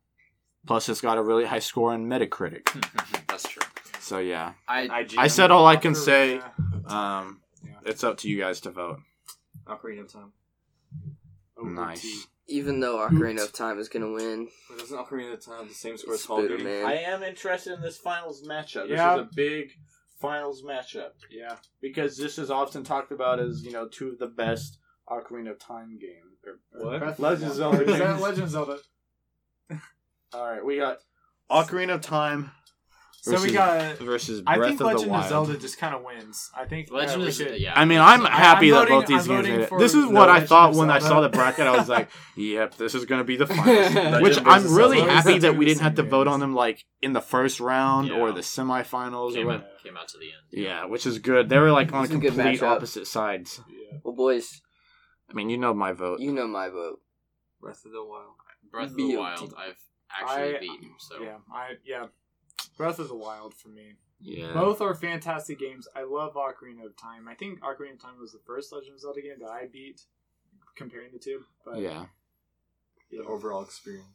D: plus it's got a really high score on metacritic
F: Hmm.
E: that's true.
D: so yeah
E: I
A: IGN.
D: I said all I can say.
A: Ocarina.
D: um it's up to you guys to vote
C: Ocarina of Time.
A: OOT.
D: nice
B: even though Ocarina of Time is gonna win,
C: But isn't Ocarina of Time the same score as Call of
B: Spider
C: Duty?
F: I
B: Man.
F: am interested in this finals matchup. This
A: Yeah.
F: is a big finals matchup
A: Yeah.
F: because this is often talked about as you know two of the best Ocarina of Time games. Or,
C: What?
F: Or Legend of Zelda.
A: Is that
F: games.
A: Legend of Zelda?
F: All right, we got
D: ocarina of time
A: So we
D: versus-
A: got.
D: versus
A: I
D: breath
A: think
D: of
A: Legend
D: the wild
A: of Zelda just kind of wins. I think uh,
E: Legend
A: we
E: is
A: should-
E: yeah.
D: I mean, I'm
A: I-
D: happy
A: I'm
D: that
A: voting-
D: both these games
A: I'm voting
D: made it.
A: for
D: This is
A: no
D: what I
A: mention
D: thought
A: of
D: when I
A: Zelda.
D: saw the bracket. I was like, "Yep, this is going to be the finals." Which
C: Legend
D: I'm
C: versus
D: really
C: Zelda.
D: happy that
A: Two
D: we didn't
A: same
D: have to vote
A: games.
D: on them like in the first round or
E: Yeah.
D: the semifinals or
E: came,
D: what.
E: out, came out to the end.
D: Yeah, which is good. They were like on
B: This is a good
D: complete
B: matchup.
D: opposite sides.
B: Well, boys,
D: I mean, you know my vote.
B: you know my vote.
C: Breath of the Wild.
E: Breath of the
B: BOT.
E: Wild. I've actually
A: I-
E: beaten. So
A: Yeah, I yeah. Breath of the Wild for me.
D: Yeah.
A: Both are fantastic games. I love Ocarina of Time. I think Ocarina of Time was the first Legend of Zelda game that I beat, comparing the two. But yeah,
D: Yeah.
C: The overall experience.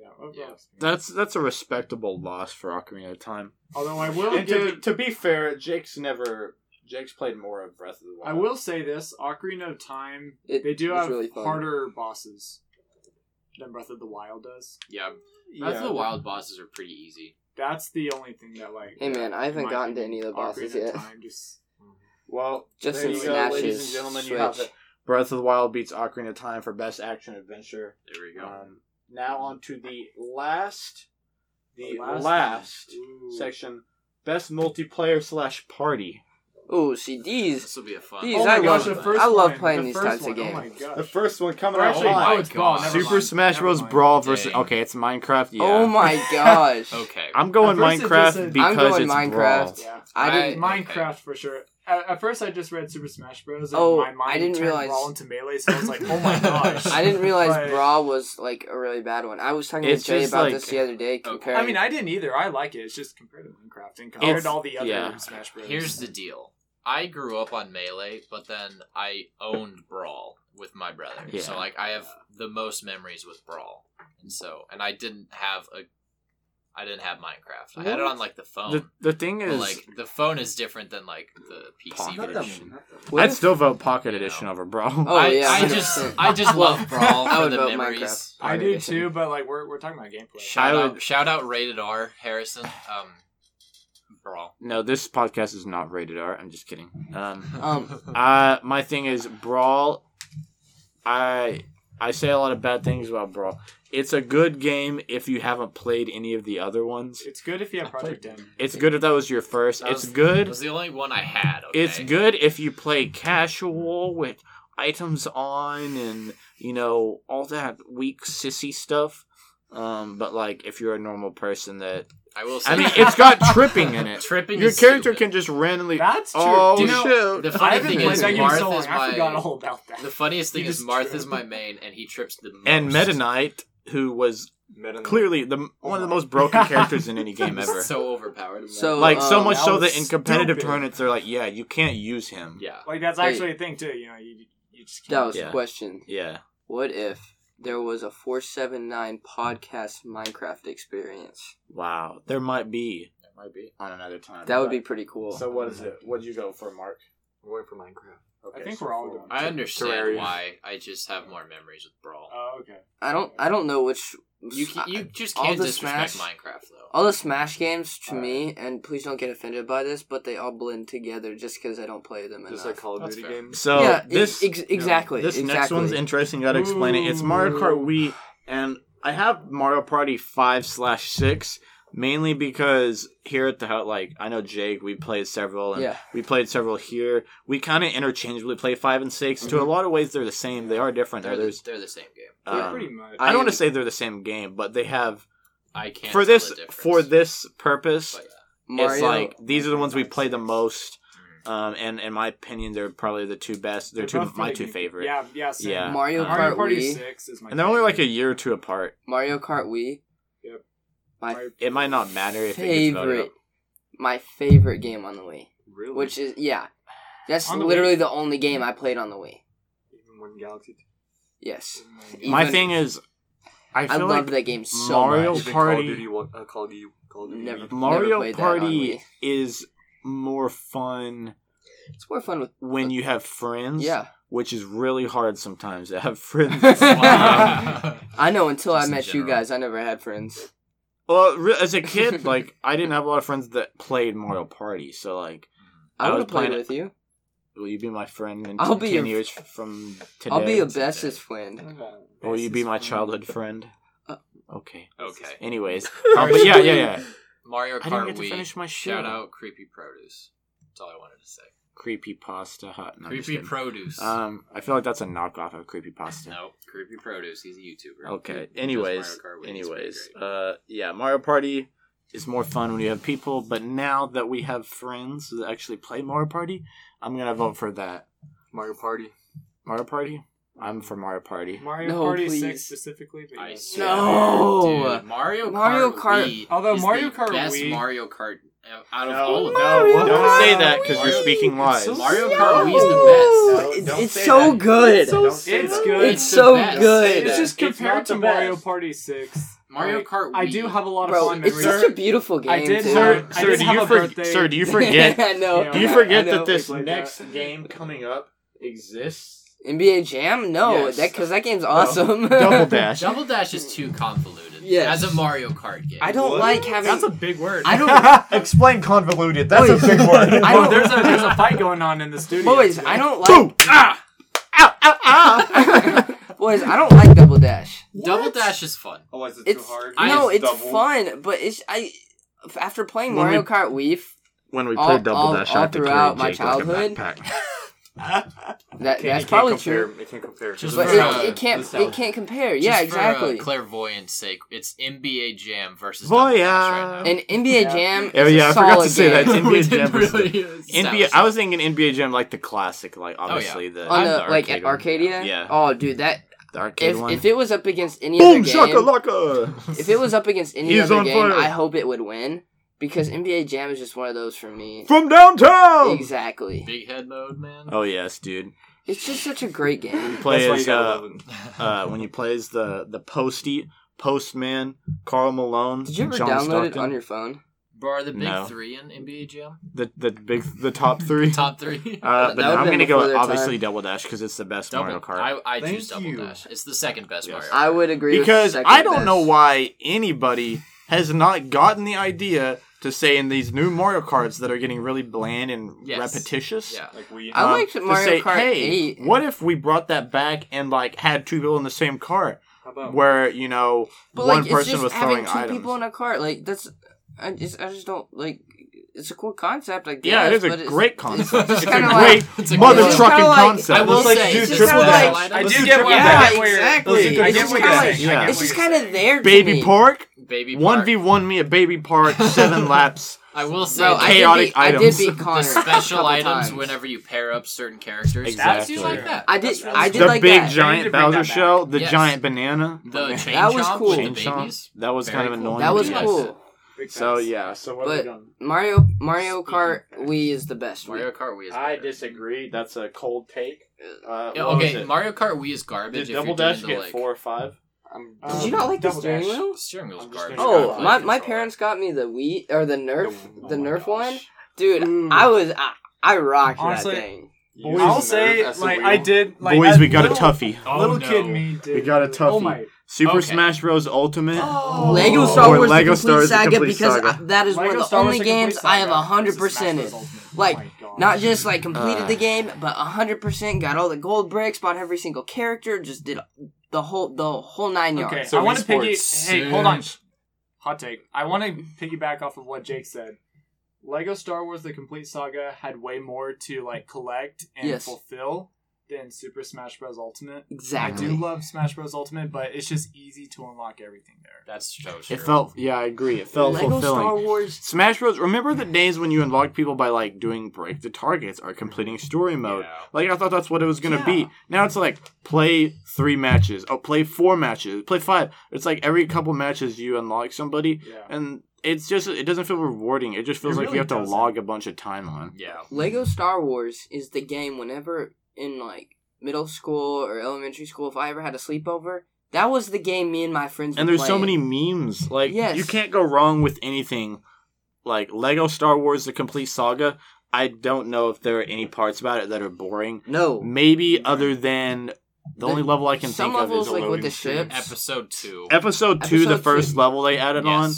A: overall
E: Yeah.
A: experience.
D: That's that's a respectable loss for Ocarina of Time.
A: Although I will
F: and to,
A: give,
F: to be fair, Jake's never Jake's played more of Breath of the Wild.
A: I will say this: Ocarina of Time,
B: It
A: they do
B: was
A: have
B: really fun.
A: harder bosses than Breath of the Wild does.
E: yeah.
F: Yeah.
E: Breath of the Wild bosses are pretty easy.
A: That's the only thing that like.
B: Hey man, I haven't
A: my
B: gotten to any
A: opinion,
B: of the bosses
A: Ocarina
B: yet.
A: of Time just
F: Well,
B: Just
F: there
A: some
F: you go, ladies
B: smashes,
F: and gentlemen. You have
B: switch.
F: it.
D: Breath of the Wild beats Ocarina of Time for best action adventure.
E: There we go.
D: Um,
F: Now on to the last, the
A: The last-
F: last
A: Ooh.
F: section. Best multiplayer slash party.
B: Oh, see these.
E: This will be a fun.
B: These
F: Oh my
B: I
F: gosh,
B: love.
F: the first
B: I love
F: one,
B: playing
A: the
B: these
A: first
B: types
A: one,
B: of games.
A: Oh my gosh.
F: The first one coming
A: Or
F: out
A: actually,
F: live.
E: my
A: oh, it's Ball.
E: God.
A: Never
D: Super
A: mind.
D: Smash
A: Never
D: Bros.
A: mind.
D: Brawl versus.
E: Dang.
D: Okay, it's Minecraft. Yeah.
B: Oh my gosh.
E: Okay.
D: I'm going
A: At first it
D: Minecraft
A: just said- I'm
D: because
B: going
D: it's
B: Minecraft.
D: Brawl.
A: Yeah.
B: I
E: I-
B: didn't.
A: Minecraft for sure. At, at first, I just read Super Smash Bros. And
B: Oh,
A: my mind
B: I didn't
A: turned
B: realize-
A: Brawl into melee, so I was like, "Oh my gosh!"
B: I didn't realize
A: But-
B: Brawl was like a really bad one. I was talking
D: It's
B: to Jay
D: just
B: about
D: like-
B: this the other day. Comparing,
A: I mean, I didn't either. I like it. It's just compared to Minecraft and compared
D: It's-
A: to all the other
D: yeah.
A: Smash Bros.
E: Here's the deal. I grew up on melee, but then I owned Brawl with my brother.
D: Yeah.
E: So like I have the most memories with Brawl. And so and I didn't have a I didn't have Minecraft. I had it on like the phone.
D: The, the thing
E: Oh, but,
D: is,
E: like the phone is different than like the PC
D: Pocket.
E: version.
B: What
D: I'd
B: if-
D: still vote Pocket
E: You know.
D: Edition over Brawl.
B: Oh,
E: I,
B: yeah,
E: I
B: 100%.
E: just I just love Brawl
B: I
E: for
B: would
E: the
B: vote
E: memories.
B: Minecraft.
A: I do
B: Edition.
A: too, but like we're, we're talking about gameplay.
E: Shout
D: I
E: out
D: would-
E: shout out rated R Harrison. Um Brawl.
D: No, this podcast is not rated R. I'm just kidding. Um,
B: Um,
D: uh, my thing is Brawl. I I say a lot of bad things about Brawl. It's a good game if you haven't played any of the other ones.
A: It's good if you have Project M.
D: It's good if that was your first.
E: That
D: It's
E: was-
D: good.
E: It was the only one I had. Okay?
D: It's good if you play casual with items on and you know all that weak sissy stuff. Um, but like if you're a normal person that
E: I will say
D: I mean, it's got tripping in it.
E: tripping
D: Your
E: is
D: character
E: stupid.
D: can just randomly.
A: That's true.
D: Oh
E: Do you know-
D: shoot!
E: The
A: I
E: funny
A: haven't
E: thing
A: played
E: is,
A: that game so
E: Marth
A: long.
E: is
A: I forgot
E: my.
A: all about that.
E: The funniest thing
A: You
E: is
A: just
E: Marth
A: tripped.
E: is my main, and he trips the most.
D: and Meta Knight, who was clearly the one of the most broken characters in any game ever.
E: so uh, overpowered.
B: So,
D: like so
B: um,
D: much
A: that
D: so that
A: was
D: in competitive
A: stupid.
D: tournaments they're like, yeah, you can't use him.
E: yeah,
A: Like that's
B: Hey.
A: actually a thing too. You know, you, you just
B: that
A: can't.
B: was
D: Yeah.
B: the question.
D: Yeah.
B: What if there was a four seven nine podcast Minecraft experience?
D: Wow. There might be
E: that might be.
D: on another time.
B: That would be pretty cool.
F: So what is it? What'd you go for, Mark?
C: Going for Minecraft.
F: Okay,
A: think
F: so
A: we're all
F: four.
A: going.
E: I understand
C: Terraria.
E: why. I just have more memories with Brawl.
A: Oh, okay.
B: I don't. I don't know which.
E: you can, you just
B: all
E: can't
B: the
E: disrespect
B: Smash-
E: Minecraft though.
B: all the Smash games to
A: All right.
B: me, and please don't get offended by this, but they all blend together just because I don't play them
C: Just
B: enough.
C: like Call of
E: That's
C: Duty
E: fair.
C: games.
D: so
B: yeah,
D: Oh,
B: e-
D: this
B: ex- ex- exactly.
D: This
B: exactly.
D: next one's interesting. Gotta explain it. It's Mario Kart Wii, and I have Mario Party five slash six mainly because here at the house, like I know Jake, we played several, and
B: Yeah.
D: we played several here. We kind of interchangeably play five and 6 To a lot of ways, they're the same. They are different.
E: They're,
D: They're,
E: the,
D: there's,
E: they're the same game.
A: They're
D: um,
A: pretty much.
D: I don't want to say they're the same game, but they have
E: I can't
D: for
E: tell
D: this
E: the difference,
D: for this purpose.
E: But
B: Mario,
D: It's like these are the ones we play the
A: Six.
D: most.
E: yeah.
D: Um, and in my opinion, they're probably the two best. They're, two
A: both
D: my
A: pretty
D: two
A: good.
D: favorite.
A: Yeah, yeah. Same.
D: Yeah.
B: Mario
D: Um,
B: Kart
A: Mario Party
B: Wii.
A: Six is my.
D: And they're only like a
A: favorite.
D: year or two apart.
B: Mario Kart Wii.
A: Yep.
B: My
A: Mario-
D: It might not matter if it gets voted
B: favorite.
D: up.
B: My favorite game on the Wii,
C: Really?
B: which is yeah, that's
A: On the
B: literally the only game I played on the Wii.
C: even when Galaxy
B: Yes,
D: My
B: Even-
D: thing is, I
B: I,
D: feel
B: love
D: like
B: that game so
D: Mario-
B: much.
C: even Call of
D: Party-
C: Duty, wa- uh, Call of Duty, Call of Duty.
B: Never. Never
D: Mario
B: played that on
D: Party
B: Wii.
D: is more fun
B: It's more fun with
D: when you have friends.
B: yeah.
D: Which is really hard sometimes to have friends.
B: Wow.
D: Um,
B: I know. Until
E: Just
B: I
E: in
B: met you
E: general.
B: guys, I never had friends.
D: well, re- as a kid, like I didn't have a lot of friends that played Mario Party, so like, I
B: I would
D: was
B: have played
D: playing it-
B: with you.
D: will you be my friend in
B: I'll be
D: ten
B: your-
D: years from today?
B: I'll be your
D: Today.
B: bestest friend.
D: Will Oh, you be my childhood friend?
B: Uh,
D: Okay.
E: okay.
D: Anyways, um, but yeah, yeah, yeah.
E: Mario
D: I didn't
E: Kart
D: get to
E: Wii.
D: finish my shit.
E: Shout out Creepy Produce. That's all I wanted to say.
D: creepy pasta hot. No, I'm just
E: Creepy
D: kidding.
E: Produce.
D: Um, I feel like that's a knockoff of creepypasta.
E: no, Creepy Produce. He's a YouTuber.
D: Okay.
E: He does
D: Anyways,
E: Mario Kart Wii. He's pretty
D: anyways,
E: great.
D: uh, yeah, Mario Party is more fun when you have people, but now that we have friends that actually play Mario Party, I'm gonna vote for that.
C: Mario Party.
D: Mario Party. I'm for Mario Party.
A: Mario
B: No,
A: Party
B: please.
A: Six specifically. But
E: I
A: yeah.
E: swear,
B: No!
E: dude, Mario Kart.
B: Mario Kart-
E: Wii
A: Although
E: is
A: Mario
E: the
A: Kart
E: best
A: Wii-
E: Mario Kart out of
F: No,
E: all of them.
F: no,
D: Don't
F: no.
D: say that because you're speaking lies.
A: so
E: Mario
A: No.
E: Kart Wii is the best.
F: No,
B: It's,
F: don't
B: it's
F: say
B: so
F: that.
B: good.
F: Don't say
A: It's
F: that.
A: good.
B: It's
E: the
B: so
E: best.
B: good.
A: It's just
F: It's not
A: compared
F: the
A: to Mario
F: best.
A: Party Six.
E: Mario
A: Like,
E: Kart. Wii.
A: I do have a lot of
B: Bro,
A: fun
B: it's
A: memories.
B: such a beautiful game.
A: I did
B: too.
A: have-
D: Sir,
A: I
D: sir,
A: did
D: do
A: have
D: you
A: a
D: for-
A: birthday.
D: sir, do you forget?
B: I know.
A: Yeah,
D: do you
A: I
D: forget
B: know.
D: that this
A: Like that.
D: next
F: game coming up exists.
B: NBA Jam? No,
F: Yes.
B: that because that game's awesome.
D: double dash?
E: Double Dash is too convoluted.
B: Yes.
E: As a Mario Kart game.
B: I don't
F: What?
B: like having.
A: That's a big word.
B: I don't,
D: Explain convoluted.
B: That's a big
D: word.
B: I
A: Well,
B: don't-
A: there's a there's a fight going on in the studio.
B: boys.
A: today.
B: I don't like.
D: Boom! Ah! Ow! Ow! Ow!
B: was I don't like Double Dash.
E: Double Dash is fun.
C: Oh, is it
B: It's
C: too hard?
E: I-
B: no, it's
C: Double.
B: fun, but it's I after playing
D: When we-
B: Mario Kart Weave
D: When we
B: All-
D: played Double
B: all-
D: Dash,
B: all
D: I had to carry
B: throughout my
D: Jake like a
B: childhood.
D: backpack.
B: That,
C: Can't-
B: that's
C: it can't
B: probably
C: compare,
B: true.
C: It can't compare.
E: Just
B: But
E: for,
B: it,
E: uh,
B: it can't
C: the
B: it
C: sound.
B: can't compare. Yeah,
E: Just
B: exactly.
E: For, uh, clairvoyance sake, it's NBA Jam versus
D: Voyage.
E: Double Dash right now.
B: and NBA
A: Yeah.
B: Jam.
D: Oh,
B: is a
D: yeah, I forgot
B: solid
D: to say that.
B: game.
D: It's NBA Jam versus-
E: NBA.
D: NBA. I was thinking NBA Jam, like the classic, like
E: yeah.
D: obviously the,
B: On
D: the
B: the, like at
D: one.
B: Arcadia.
D: Yeah,
B: Oh, dude, that
D: the arcade
B: if,
D: one.
B: if it was up against any
D: Boom
B: other game,
D: shakalaka.
B: if it was up against any
D: He's
B: other
D: on
B: game,
D: fire.
B: I hope it would win because NBA Jam is just one of those for me.
D: from downtown.
B: Exactly.
E: Big head mode, man.
D: Oh yes, dude.
B: It's just such a great game.
D: Play
C: That's why you
D: as
C: gotta
D: uh,
C: love it.
D: uh, when you play as the the postie, postman, Carl Malone.
B: Did you ever
D: John
B: download it
D: Stockton,
B: on your phone?
E: Bro, are the big
D: No.
E: three in NBA Jam?
D: the the big the top three?
E: Top three.
D: Uh, but
B: That would've
D: no, I'm
B: been
D: gonna
B: before
D: go
B: their
D: obviously
B: time.
D: Double Dash because it's the best Mario
E: double.
D: Kart.
E: I, I
C: Thank
E: choose Double
C: you.
E: Dash. It's the second best Mario.
D: Yes.
B: I would agree with
D: because
B: second
D: I don't
B: best.
D: know why anybody has not gotten the idea to say in these new Mario Karts that are getting really bland and
E: Yes.
D: repetitious.
E: Yeah.
C: Like we.
B: I
D: um,
B: liked
D: to
B: Mario
D: say,
B: Kart
D: hey,
B: 8.
D: what if we brought that back and like had two people in the same cart,
C: how
E: Oh.
C: about
D: where you know
B: But
D: one
B: like, it's
D: person
B: just
D: was throwing
B: having two
D: items?
B: people in a cart. Like that's, I just I just don't like. It's a cool concept, I guess.
D: yeah, it is
B: but
D: a
B: it's-
D: great concept. It's,
B: just
D: a
B: kinda
D: great
E: It's a
D: mother
B: it's just
D: trucking
B: kinda like-
D: concept.
E: I will
D: Let's, like,
E: say,
D: do
E: it's just
D: triple
E: kinda
D: dash.
E: like-
D: I
E: I
D: do
E: do
D: get
E: get
D: what
E: what
D: you're
E: you're
B: Yeah,
D: saying.
B: exactly.
D: Let's do
B: It's
D: triple
B: just
D: dash.
B: kind of
D: Yeah.
B: like, it's just kind of there. to
D: Baby
B: me.
D: Park,
E: Baby
D: one
E: Park.
D: v one me a baby Park, seven laps.
E: I will say
B: Bro,
E: that
B: I
E: the,
D: Chaotic
B: did
D: items.
B: beat, I did beat Connor. a
E: special
B: couple
E: items
B: times.
E: whenever you pair up certain characters.
D: Exactly.
E: I do like that.
B: I did. I did
D: the
B: like
D: big
B: that.
A: need
D: giant
A: to bring
D: Bowser
A: that back.
D: shell, the
E: Yes.
D: giant banana,
E: The chain
B: That was
E: chomp
B: cool.
E: with
D: Chain
E: the
D: chomp.
E: babies.
D: That was
E: Very
D: kind of
E: cool.
D: annoying.
B: that was
D: but
E: Yes.
B: cool.
D: So yeah,
A: So what
B: But-
A: have we done?
B: Mario Mario Kart Wii is the best.
E: Mario
B: Wii.
E: Kart Wii is
F: I
E: better.
F: disagree. That's a cold take. Uh,
E: Yeah,
F: what was
E: okay,
F: it?
E: Mario Kart Wii is garbage.
F: Did
E: if
F: Double
E: you're
F: Dash
E: doing
F: get
E: the, like,
F: four or five?
C: I'm,
F: Uh,
B: Did you not like the
F: Double
B: steering
F: Dash.
B: wheel?
E: Steering wheel's
F: I'm just
E: garbage.
F: gonna
B: Oh,
F: Yeah.
B: my, my parents got me the Wii or the Nerf
C: Oh
B: the
C: my
B: Nerf
C: gosh.
B: one, dude.
A: Mm.
B: I was I, I rocked
A: Honestly,
B: that thing.
C: You
A: I'll
C: nerve
A: say,
C: as a
A: like,
C: wheel.
A: I did. Like,
D: boys,
A: I-
D: we got a
A: little-
D: toughie.
E: Oh,
A: little
E: no.
A: kid me did.
D: We got a
A: Oh
D: toughie.
A: my!
D: Super
E: Okay.
D: Smash Bros. Ultimate.
B: Lego
D: Oh.
B: Star
D: Or
B: Wars
D: Lego
B: the
D: Star
B: complete
D: Wars The
B: saga
D: Complete
B: because
D: Saga.
B: I, that is
A: Lego
B: one of the
A: Star Wars
B: only
A: The Complete
B: games I have
A: Saga
B: hundred
A: is a Smash
B: percent
A: Bros.
B: in.
A: Ultimate. Oh
B: Like,
A: my gosh.
B: Not just like completed
D: Uh.
B: the game, but hundred percent got all the gold bricks, bought every single character, just did the whole the whole nine yards.
A: Okay,
C: So
A: I
C: Wii
A: want to piggy.
C: Sports.
A: Hey, hold on. Hot take. I want to piggyback off of what Jake said. Lego Star Wars: The Complete Saga had way more to like collect and
B: Yes.
A: fulfill than Super Smash Bros. Ultimate. I
B: Exactly.
A: do love Smash Bros. Ultimate, but it's just easy to unlock everything there.
E: That's so true.
D: It felt, yeah, I agree. It felt
B: Lego
D: fulfilling.
B: Star Wars.
D: Smash Bros. Remember the days when you unlocked people by like doing break the targets or completing story mode.
E: Yeah.
D: Like I thought that's what it was gonna
A: Yeah.
D: be. Now it's like play three matches. Oh, play four matches. Play five. It's like every couple matches you unlock somebody,
A: Yeah.
D: and it's just it doesn't feel rewarding. It just feels
A: It
D: like
A: really
D: you have to
A: doesn't.
D: log a bunch of time on.
E: Yeah.
B: Lego Star Wars is the game whenever in like middle school or elementary school, if I ever had a sleepover, that was the game me and my friends.
D: And
B: were
D: there's so many
B: playing.
D: memes. Like
B: Yes.
D: you can't go wrong with anything. Like Lego Star Wars: The Complete Saga. I don't know if there are any parts about it that are boring.
B: No,
D: Maybe other than the, only level I can
B: some
D: think of
B: levels,
D: is
B: like, with
D: loading
B: the
D: screen.
B: ships.
E: Episode two.
D: Episode two, the
B: Episode
D: first
B: two.
D: level they added
E: Yes.
D: on,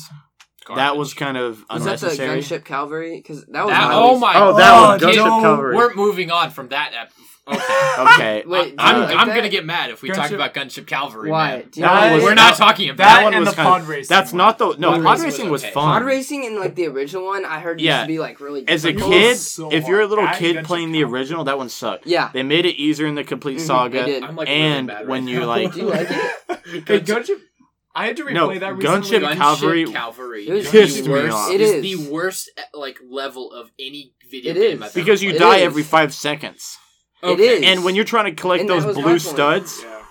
E: Garbage.
D: that was kind of
B: was that the
D: unnecessary.
B: gunship cavalry? Because that was
E: That,
B: my
E: oh
B: least-
E: my!
D: Oh, that
A: one,
E: God,
A: Gunship
E: no,
D: Cavalry.
E: We're moving on from that. Ep- okay.
D: okay,
B: Wait,
E: I'm,
D: Uh,
E: I'm
B: that-
E: gonna get mad if we talk
A: Gunship-
E: about Gunship Cavalry.
B: why?
E: Man.
B: Do you
D: That
B: know what
D: was-
B: it
E: We're
B: is?
E: not talking about
A: That
D: one
A: and
D: was
A: the
D: kind
A: pod
D: of-
A: racing.
D: that's
A: one.
D: not the no.
E: Pod
D: pod
E: racing
D: racing was
E: was okay.
D: fun.
B: pod racing in like the original one. I heard used
D: Yeah.
B: to be like really
D: As a
A: It was
B: difficult.
D: kid,
A: so
D: if you're a little
A: hard.
D: kid
A: That
D: playing the
A: adventure
D: original, that one sucked.
B: Yeah,
D: They made it easier in the complete
B: Mhm,
D: saga,
B: they did.
E: I'm like
D: and
E: really bad
D: when
E: right
D: you
E: now.
D: like
B: Do you like it?
A: Hey, Gunship. I had to replay
D: No,
A: that
D: Gunship
A: recently.
E: Gunship
D: Cavalry-
E: Cavalry
B: It was
E: is
D: pissed
E: the
D: me
E: worst.
D: off.
B: It
E: is,
B: is.
E: the worst eh, like level of any video
B: It
E: game
B: is.
E: I've ever
D: because you
E: played.
B: It
D: die
B: is.
D: every five seconds,
B: It
E: Okay.
B: is.
D: and when you're trying to collect
B: And that
D: those
B: was my
D: blue
B: point.
D: studs,
A: Yeah.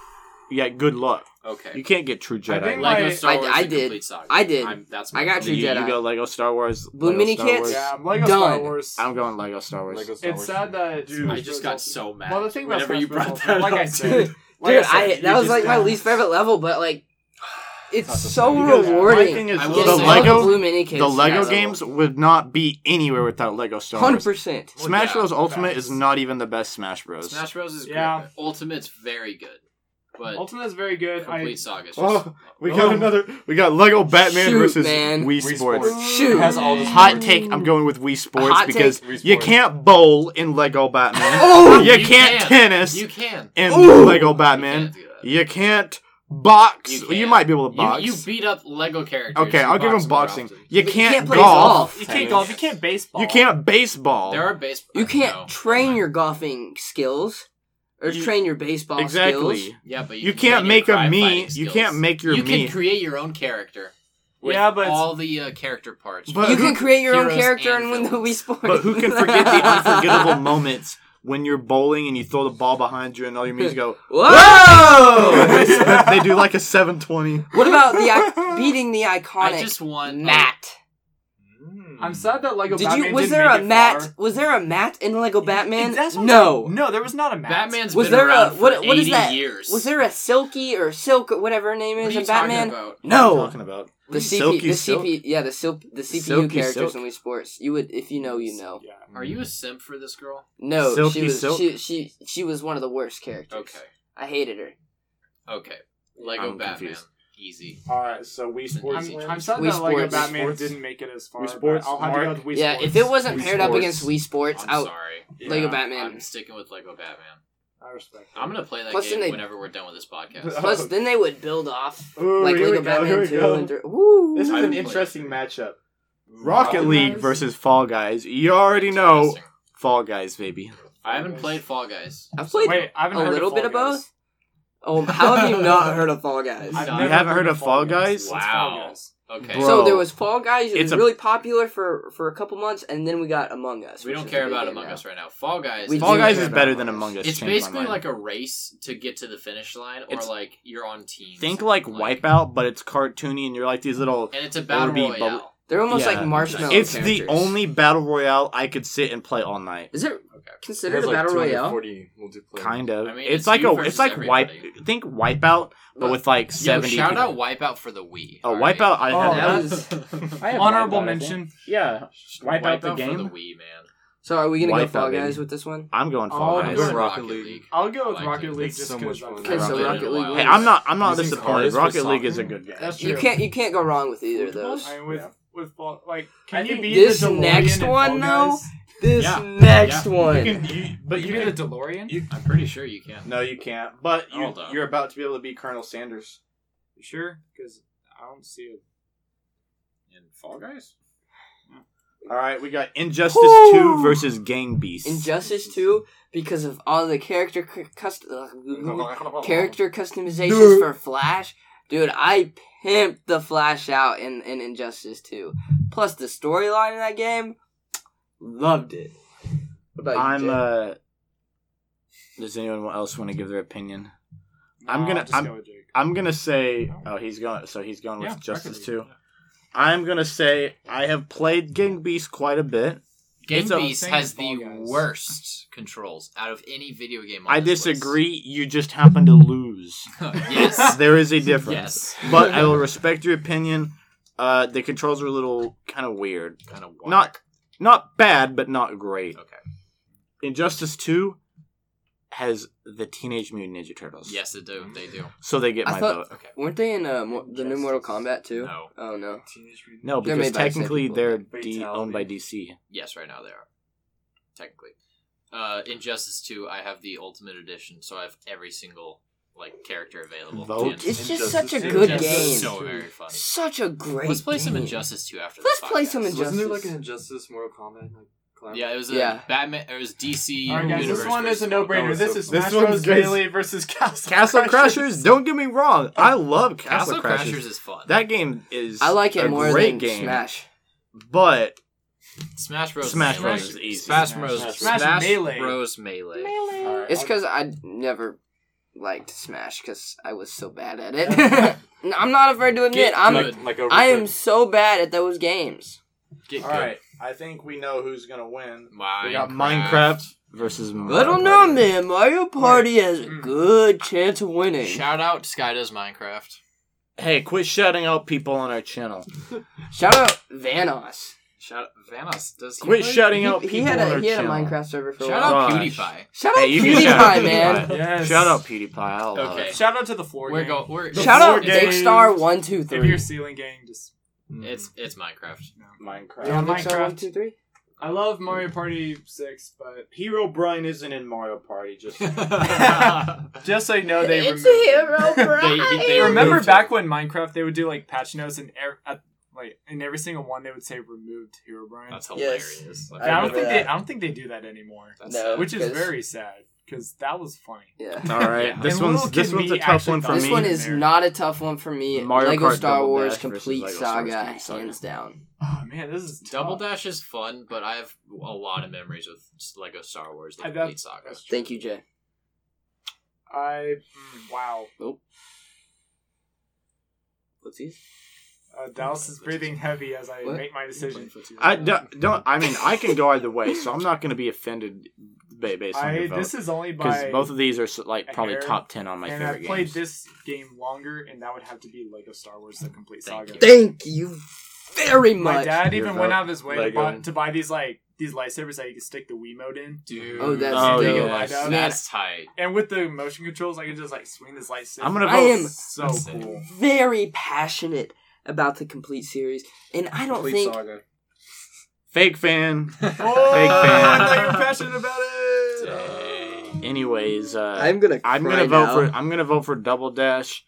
D: yeah, good luck. You
E: Okay.
D: can't get true Jedi.
A: think
D: luck.
A: like-
E: Lego Star
B: I-
E: Wars:
B: I
E: The
B: did.
E: Complete Saga.
B: I did.
E: I'm, that's
B: I
E: my
B: got
E: point.
B: True
D: you, you
B: Jedi.
D: go Lego Star Wars,
B: Blue
D: Lego
B: mini
D: Star
B: kits?
D: Wars.
A: Yeah, Lego
B: Done.
A: Star Wars.
D: I'm going Lego Star Wars.
C: Lego Star
A: it's
C: Wars.
A: sad that
C: Dude,
E: I just got so mad.
A: Well, the thing about
E: whenever
A: Smash
E: you
A: Bros.
E: brought
A: Ultimate,
E: that
A: like
E: up,
A: I said, like
B: Dude,
A: I said,
B: I,
A: you
B: that was
A: just
B: like my
A: don't-
B: least favorite level, but like, it's
C: That's the
B: so
C: thing.
A: Because
D: My
B: rewarding.
D: thing is,
E: I
D: the
E: will say-
D: Lego,
B: blue mini kits.
D: the Lego
B: yeah.
D: games would not be anywhere without Lego Star
B: hundred
D: Wars.
B: percent.
E: Well,
D: Smash
E: yeah,
D: Bros. Ultimate
A: facts.
D: is not even the best Smash Bros.
E: Smash Bros is
A: Yeah.
E: great. Ultimate's very good, but
A: Ultimate is very good. I
E: Complete Saga is just
D: Oh, we
A: Oh.
D: got another. We got Lego Batman
B: Shoot,
D: versus
B: man.
D: Wii
C: Wii
D: Sports.
C: Sports.
B: Shoot,
C: It has all the
D: Hot
C: sports.
D: take. I'm going with Wii Sports
B: hot take.
D: because
C: Wii
D: you
C: Sports.
D: can't bowl in Lego Batman.
B: Oh!
D: you,
E: You
D: can't
E: can.
D: tennis
E: you can.
D: in
B: Ooh!
D: Lego
E: You
D: Batman.
E: can't do that.
D: You can't box.
E: You
D: You,
E: can't.
D: might be able to
E: You-
D: box.
E: You, beat up Lego characters.
D: okay,
E: who
D: I'll give
E: box
D: him
E: more
D: boxing.
E: often.
D: You
B: But you
D: can't,
B: can't play
D: golf.
B: golf.
A: You can't golf. You can't baseball.
D: You can't baseball.
E: There are baseball.
B: You can't
E: no.
B: train your golfing skills or
D: You-
B: train your baseball
D: exactly.
B: skills.
E: Yeah, but you,
D: You
E: can
D: can't
E: train
D: make
E: your
D: a
E: crime
D: me.
E: fighting
D: You
E: skills.
D: can't make your
E: you
D: me.
E: can create your own character. With
A: Yeah, but-
E: all the uh, character parts.
D: But
B: you
D: who-
B: can create your own
E: heroes
B: character
E: and
B: and win the Wii
E: villains.
B: Sports.
D: But who can forget the unforgettable moments when you're bowling and you throw the ball behind you and all your mates go,
B: Whoa!
D: they, they do like a 720.
B: what about the i- beating the iconic
E: I just want um, a-
B: Matt?
A: I'm sad that Lego
B: Did
A: Batman
B: you? Was
A: didn't
B: there
A: make
B: a
A: it
B: Matt?
A: far.
B: Was there a Matt in Lego Batman?
A: That's what I'm
B: no.
A: saying. no, there was not a Matt.
E: Batman's
B: Was
E: been
B: there a
E: around
B: what?
E: for
B: what is
E: 80
B: that?
E: years.
B: Was there a Silky or Silk or whatever her name
E: What are
B: is
E: you
B: in Batman?
E: talking about?
D: What are you
B: No,
D: talking about?
B: the CP,
D: Silky
B: the
D: Silk?
B: CP, yeah, the Silk, the CPU
D: Silky
B: characters
D: Silk?
B: in Wii Sports. You would, if you know, you know.
A: Yeah.
E: Are you a simp for this girl?
B: No,
D: Silky
B: she was
D: Silk?
B: she she she was one of the worst characters.
E: Okay.
B: I hated her.
E: Okay. Lego
D: I'm
E: Batman.
D: confused.
E: Easy.
F: All right, so Wii Sports.
A: I'm,
F: wins.
A: I'm sad
B: Wii
A: that Lego
B: Sports.
A: Batman
F: Sports.
A: didn't make it as far.
F: Wii
A: but
F: Sports,
A: I'll have to go
F: Mark.
A: with Wii
B: yeah,
A: Sports.
B: if it wasn't
F: Wii
B: paired up
F: Sports.
B: against Wii Sports,
E: I'm
B: I would-
E: sorry.
B: Lego
F: Yeah,
E: I'm
B: Batman.
E: sticking with Lego Batman.
F: I respect.
E: I'm gonna play that
B: Plus,
E: game
B: then they-
E: whenever we're done with this podcast.
F: Uh,
B: Plus, then they would build off
F: Ooh,
B: like
F: here we
B: Lego
F: go, here
B: Batman
F: we
B: two
F: go.
B: and three. Woo!
F: This is
E: I
F: an
E: haven't played
F: interesting
E: it.
F: matchup.
D: Rocket League versus Fall Guys. You already know
E: Interesting.
D: Fall Guys, baby.
E: I haven't played Fall Guys.
B: I've played
A: Wait, I haven't
B: a
A: heard
B: little
A: of
B: bit
A: Fall
B: of both.
A: Guys.
B: Oh, how have you not heard of Fall Guys?
A: I've
E: You
A: never
D: haven't heard of Fall Guys?
A: It's Fall
E: Wow.
A: Guys.
E: Okay.
D: Bro.
B: So there was Fall Guys. It
D: It's
B: was
D: a-
B: really popular for for a couple months, and then we got Among Us.
E: we
B: which
E: don't
B: is
E: care
B: a big
E: about
B: game
E: Among
B: now.
E: Us right now. Fall Guys.
B: We
E: is-
D: Fall
B: do
D: Guys
B: care
D: is
B: about
D: better than
B: Among Us.
D: Among Us.
E: It's
D: changed my
E: basically
D: mind.
E: like a race to get to the finish line, or
D: It's-
E: like you're on teams.
D: think like Wipeout, but it's cartoony, and you're like these little.
E: and it's a battle
D: Orbeez,
E: royale.
B: They're almost
D: Yeah.
B: like marshmallow.
D: It's the
B: characters.
D: only battle royale I could sit and play all night.
B: Is it
C: It
B: considered
C: has
B: a
C: like
B: battle royale?
C: 240 multiplayer.
D: Kind of.
E: I mean,
D: it's,
E: it's
D: like
E: you
D: a.
E: versus
D: It's like wipe.
E: everybody.
D: Think Wipeout, but with like
E: Yo,
D: seventy.
E: shout
D: people.
E: out Wipeout for the Wii.
D: Oh,
E: alright?
D: Wipeout! I
F: Oh,
D: had
B: that
D: that.
B: was-
F: I have
A: Honorable
F: Wipeout, I think.
A: mention.
F: Yeah, wipe, out the
E: Wipeout
F: game.
E: for the Wii, man.
B: So are we gonna
D: Wipeout,
B: go Fall
D: baby.
B: Guys with this one?
D: I'm going
A: Oh,
D: Fall
A: I'm
D: Guys.
A: going
D: Rocket.
A: Rocket League. I'll go with
E: I like
A: Rocket
E: it.
A: League
C: It's
A: just
C: so
A: because
C: much fun.
B: Okay, so
E: Rocket
B: Rocket
E: League.
B: League.
D: Hey, I'm not. I'm not
C: Using cars
D: disappointed.
C: for
D: Rocket League
C: soccer?
D: is a good game.
A: That's
B: You
A: true.
B: can't you can't go wrong with either of those.
A: I mean, with
F: Yeah.
A: with Fall, like, can
F: I
A: you
F: think
A: beat
B: this
A: the DeLorean
B: next
A: in Fall
B: one, though,
A: Guys?
B: This
E: Yeah.
B: next
E: Yeah.
B: one.
A: You can, you, but you
F: can-
A: get a DeLorean.
F: you-
E: I'm pretty sure you can.
F: No, you can't.
D: But
E: you- Hold on.
D: you're about to be able to be Colonel Sanders.
A: You sure? Because I don't see it.
E: In Fall Guys?
D: All right, we got Injustice
B: Woo!
D: Two versus Gang Beasts.
B: Injustice two because of all the character cu- cust- uh, character customizations
D: Dude.
B: for Flash. Dude, I pimped the Flash out in, in Injustice two. Plus the storyline in that game, loved it. What about you,
D: I'm.
B: Jay?
D: uh Does anyone else want to give their opinion? I'm
A: Nah,
D: gonna-
A: I'll just
D: I'm-
A: go with Jake.
D: I'm gonna say. Oh, he's going. So he's going with
A: Yeah,
D: Justice
A: Rocket
D: Two. I'm gonna say I have played Gang Beast quite a bit.
E: Game
D: It's a-
E: Beast
A: Same
E: has
A: as Fall
E: the
A: Guys.
E: worst controls out of any video game. On
D: I
E: this list.
D: disagree. You just happen to lose.
E: yes.
D: there is a difference.
E: yes.
D: But I will respect your opinion. Uh, the controls are a little kind of weird.
E: Kind of
D: Not not bad, but not great.
E: Okay.
D: Injustice Two has the Teenage Mutant Ninja Turtles.
E: Yes, they do. They do.
D: So they get
B: I
D: my
B: thought-
D: vote.
B: Weren't they in uh, Mo- the new Mortal Kombat too?
E: No.
B: Oh no.
C: Teenage Mutant-
D: No,
B: They're
D: because
B: made by the same
D: technically
B: people.
D: they're D-
C: Fatality.
D: owned by DC.
E: Yes, right now they are. Technically. Uh, Injustice 2, I have the Ultimate Edition, so I have every single like character available. And
D: Vote.
B: It's just
C: Injustice
B: such a
C: two.
B: good
E: Injustice
B: game.
E: is So very fun.
B: Such a great.
E: Let's play some
B: game.
E: Injustice 2 after
B: Let's
E: this
B: play
E: podcast.
B: some Injustice.
C: Wasn't there like an Injustice Mortal Kombat like collab?
E: Yeah, it was a
B: Yeah.
E: Batman. It was DC.
A: All right, guys. This
E: Universe
A: one is a
E: versus
A: no-brainer.
C: was
E: Marvel.
A: this
C: so close.
A: is Smash
C: This one's
A: Bros.
C: good.
A: Melee versus Castle
D: Castle
A: Crashers.
D: Crashers. Don't get me wrong. I love Castle,
E: Castle
D: Crashers.
E: Crashers is fun.
D: That game is
B: I like it
D: a
B: more
D: great
B: than
D: game,
B: Smash.
D: but
E: Smash Bros.
D: Smash
E: Melee.
D: Bros is easy.
E: Smash Bros.
A: Smash Melee.
E: Bros. Melee.
F: All right,
B: It's
F: I'll-
B: because I never liked Smash because I was so bad at it. No, I'm not afraid to admit
E: Get
B: I'm.
E: good.
C: Like over
B: I am so bad at those games.
E: Get
D: All
E: good.
D: right, I think we know who's gonna win.
E: Minecraft.
D: We got Minecraft versus
B: I don't know, man. Mario Party has a good chance of winning.
E: Shout out Sky does Minecraft.
D: Hey, quit shouting out people on our channel.
B: Shout out Vanos.
E: Shout out Vanos does he
D: Quit
E: play?
D: shouting
B: He,
D: out people
B: he had
D: on
B: a
D: our
B: he had a
D: channel.
B: Minecraft server for a
E: Shout
B: while.
E: out
D: Gosh.
E: PewDiePie.
B: Shout out
D: Hey, you can
B: PewDiePie,
D: shout out
B: man.
D: PewDiePie.
A: Yes.
D: Shout out PewDiePie. I'll allow
E: Okay.
D: it.
A: Shout out to the floor
E: We're
A: gang.
E: going. We're
B: Shout out
A: board game.
B: Dickstar one two
A: If you're
B: three.
A: ceiling gang, just
E: It's it's Minecraft.
F: Minecraft.
A: Mm. Yeah.
B: Dickstar
A: Minecraft.
B: one two three.
A: I love Mario Party Six, but
F: Hero Brian isn't in Mario Party. Just
A: just so you know, they
B: it's
A: removed
B: a
A: it.
B: hero, Brian.
E: They
A: remember
F: removed
A: back when Minecraft they would do like patch notes and er- at, like in every single one they would say removed Herobrine.
E: That's
B: Yes.
E: hilarious.
A: And I,
B: I
A: don't
B: remember
A: think
B: that.
A: they I don't think they do that anymore,
E: That's
B: No.
D: Um,
E: sad.
A: which is
B: because-
A: very sad because that was funny.
B: Yeah.
D: All right,
E: Yeah.
D: this
A: And
D: one's
A: little
D: this
A: kid
D: one's
A: me
D: a tough
A: actually
D: one for
A: thought-
B: This
D: me.
B: one is
A: Mario
B: not a tough one for me.
D: Mario
B: Lego
D: Kart
B: Star
D: Double
B: Wars
D: Dash versus
B: complete
D: Lego Star
B: saga,
D: Wars Complete Saga.
B: hands down.
A: Oh man, this is
E: Double
A: tough.
E: Dash is fun, but I have a lot of memories with Lego Star Wars: The
A: I- that-
E: Complete Saga.
A: that's true.
B: Thank you, Jay.
A: I mm, wow.
B: Whoopsies.
A: Uh, Dallas is breathing heavy as I
B: What?
A: make my decision.
D: I don't, don't. I mean, I can go either way, so I'm not going to be offended ba- based on
A: I
D: your vote
A: this is only
D: because
A: by
D: both of these are so, like
A: a
D: probably
A: hair,
D: top ten on my
A: and
D: favorite
A: I've played
D: games.
A: this game longer, and that would have to be Lego Star Wars: The Complete
E: Thank
A: Saga.
E: you.
B: Thank you very
A: My
B: much.
A: dad
D: Your
A: even went
D: vote,
A: out of his way to
D: Lego.
A: buy, to buy these like these lightsabers that you can stick the Wiimote in,
E: Dude,
B: Oh, that's
D: Oh,
A: Dig it
D: yeah.
A: light up.
E: that's tight.
A: and with the motion controls, I can just like swing this lightsaber.
D: I'm gonna
B: I
D: vote.
B: am-
A: so
E: Sick.
A: cool.
B: Very passionate about the complete series, and I don't
F: Complete
B: think
F: Saga.
D: Fake fan.
A: Oh, I thought you were
D: fan.
A: passionate about it.
E: Dang.
D: Anyways, uh,
B: I'm gonna.
D: I'm
B: cry
D: gonna vote
B: now.
D: for I'm gonna vote for Double Dash.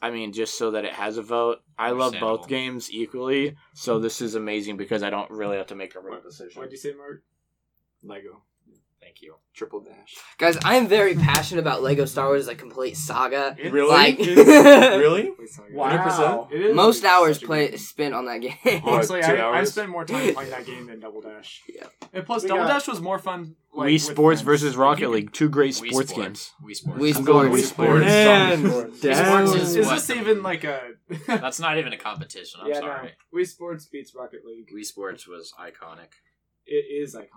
D: I mean, just so that it has a vote. I love both
E: Understandable.
D: games equally, so this is amazing because I don't really have to make a real decision.
A: What'd you say, Mark?
C: Lego.
E: Thank you.
C: Triple Dash.
B: guys. I am very passionate about Lego Star Wars: The Complete Saga.
A: It's-
C: Really?
B: Like-
C: really?
A: Wow.
C: 100%?
A: It is
B: Most
A: such
B: hours
A: a
B: play
A: good-
B: spent on that game.
A: Honestly,
C: What, two
A: I, I
C: hours?
A: spend more time playing that game than Double Dash.
B: Yeah.
A: And plus,
F: We
A: Double
F: got-
A: Dash was more fun. like,
D: Wii
A: with
D: Sports
A: friends.
D: versus Rocket League, two great
E: Wii
D: sports games.
E: Wii Sports.
B: Wii
D: I'm going
B: Sports.
D: Wii Sports.
C: Man,
A: Wii
E: Sports
A: Sports
E: is
A: is,
E: what?
A: this even like a?
E: That's not even a competition. I'm
A: yeah,
E: sorry.
A: no. Wii Sports beats Rocket League.
E: Wii Sports was iconic.
A: It is iconic.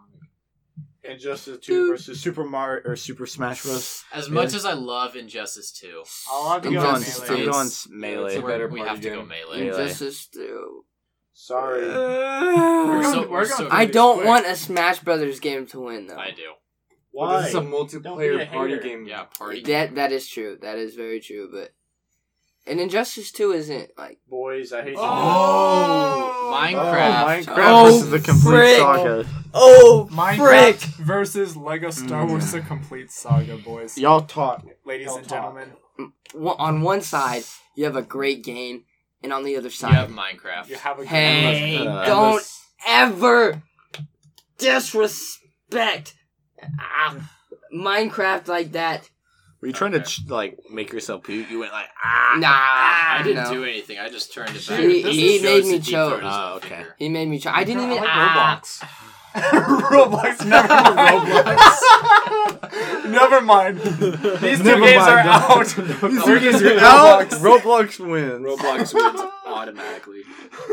F: Injustice Two versus Super Mario or Super Smash Bros.
E: As much as I love Injustice 2,
A: I'll have to
D: I'm
A: go
B: It's-
D: going,
A: with
D: I'm
A: Melee.
D: going
E: we
D: melee.
C: a better
E: we
C: party
E: have to go
C: game.
E: melee.
D: Melee.
B: Injustice two.
F: Sorry.
A: We're
E: so-
A: going- Uh, we're
E: we're
A: going
E: so-
A: through
B: I
A: these
B: don't
A: quick.
B: want a Smash Brothers game to win though.
E: I do.
F: Why?
C: This is a
F: Don't be a
C: multiplayer party
F: hater.
C: game.
E: Yeah, party.
B: That that is true. That is very true. But and Injustice Two isn't like
F: Boys, I hate
A: Oh,
E: Minecraft.
D: Minecraft
B: Oh,
D: versus the complete
B: frick.
D: saga.
B: oh
A: Minecraft versus Lego Star
D: Mm.
A: Wars: The Complete Saga, boys,
D: Y'all talk.
A: ladies and gentlemen.
B: On one side you have a great game, and on the other
E: You
B: side
E: have Minecraft.
A: You have a
B: Hey,
A: good one.
D: Uh,
B: don't ever disrespect ah, Minecraft like that.
D: Were you trying to ch- like make yourself puke? You went like ah.
B: Nah,
E: I didn't
B: no.
E: do anything. I just turned it back.
B: He-
E: This
B: he
E: shows
B: made me
E: the deep
B: choke.
E: throat is my
D: Oh, okay.
E: finger.
B: He made me try. I didn't even. ah.
D: Roblox.
A: Roblox, never Roblox. never mind. These two
D: Never mind,
A: games are out.
D: don't.
A: These
D: Two games are out. Roblox wins.
E: Roblox wins automatically.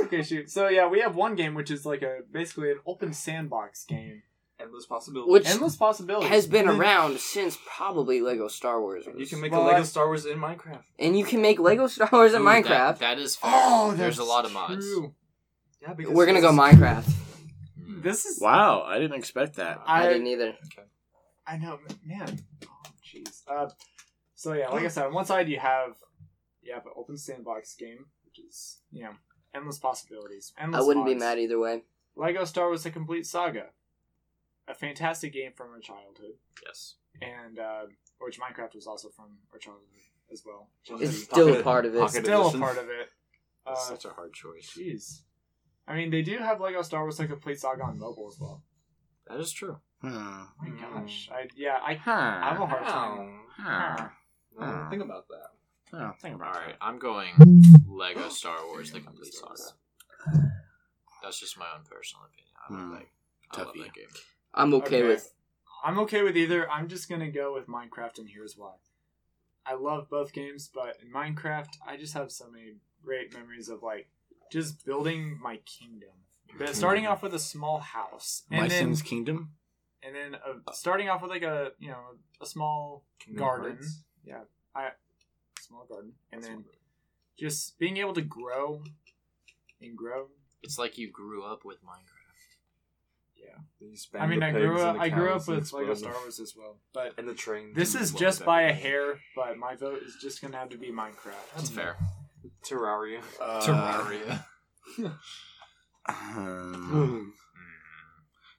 A: Okay, shoot. So yeah, we have one game which is like a basically an open sandbox game,
C: Endless possibilities.
B: Which
A: endless possibilities.
B: has been around since probably Lego Star Wars. was.
C: You can make
A: Well,
C: a Lego
A: I-
C: Star Wars in Minecraft.
B: and you can make Lego Star Wars in
E: Ooh, that-
B: Minecraft.
E: that is fair.
A: Oh,
E: There's a
A: that's
E: lot of mods.
A: true.
C: Yeah, because
B: We're gonna go
C: it's-
B: Minecraft.
A: This is.
D: Wow, I didn't expect that.
B: I,
A: I-
B: didn't either.
A: I know, man. Oh, jeez. Uh, so yeah, like I said, on one side you have you have an open sandbox game, which is you know endless possibilities.
B: I
A: Endless
B: wouldn't be
A: mods.
B: mad either way.
A: Lego Star Wars: The Complete Saga, a fantastic game from our childhood,
E: Yes.
A: and uh, which Minecraft was also from our childhood as well.
B: It's
C: Pocket-
B: still a part of it.
C: pocket
A: Still
C: edition.
A: a part of it. Uh,
E: a hard choice.
A: Jeez. I mean, they do have Lego Star Wars: The Complete Saga on mobile as well.
E: That is true.
D: Hmm.
A: My
C: Hmm.
A: gosh, I yeah, I I have
D: Huh.
A: a hard time.
D: Huh.
B: Ah.
C: No, Think about that.
D: Huh. Think
E: All
D: about
E: right,
D: it.
E: I'm going Lego Star Wars: The Complete Saga. That's just my own personal opinion. I
D: Hmm.
E: would like. I love
D: Toughie.
E: that game.
B: I'm okay,
A: Okay.
B: with.
A: I'm okay with either. I'm just gonna go with Minecraft, and here's why. I love both games, but in Minecraft, I just have so many great memories of like just building my kingdom. But starting off with a small house, and
D: My
A: then
D: Sims Kingdom.
A: and then uh starting off with like a you know a small
C: Kingdom
A: garden,
C: Hearts.
A: yeah, I small garden, and then just being able to grow and grow.
E: It's like you grew up with Minecraft.
C: You spam
A: I mean,
C: the
A: I
C: pigs
A: grew
C: and
A: up.
C: the
A: I grew
C: cows
A: up
C: and
A: with Lego
C: explode
A: Star
C: them.
A: Wars as well, but
C: and the train.
A: This is just by a hair, but my vote is just gonna have to be
E: That's
A: Minecraft.
E: fair.
C: Terraria.
D: Hmm. Uh,
E: Terraria.
D: Um,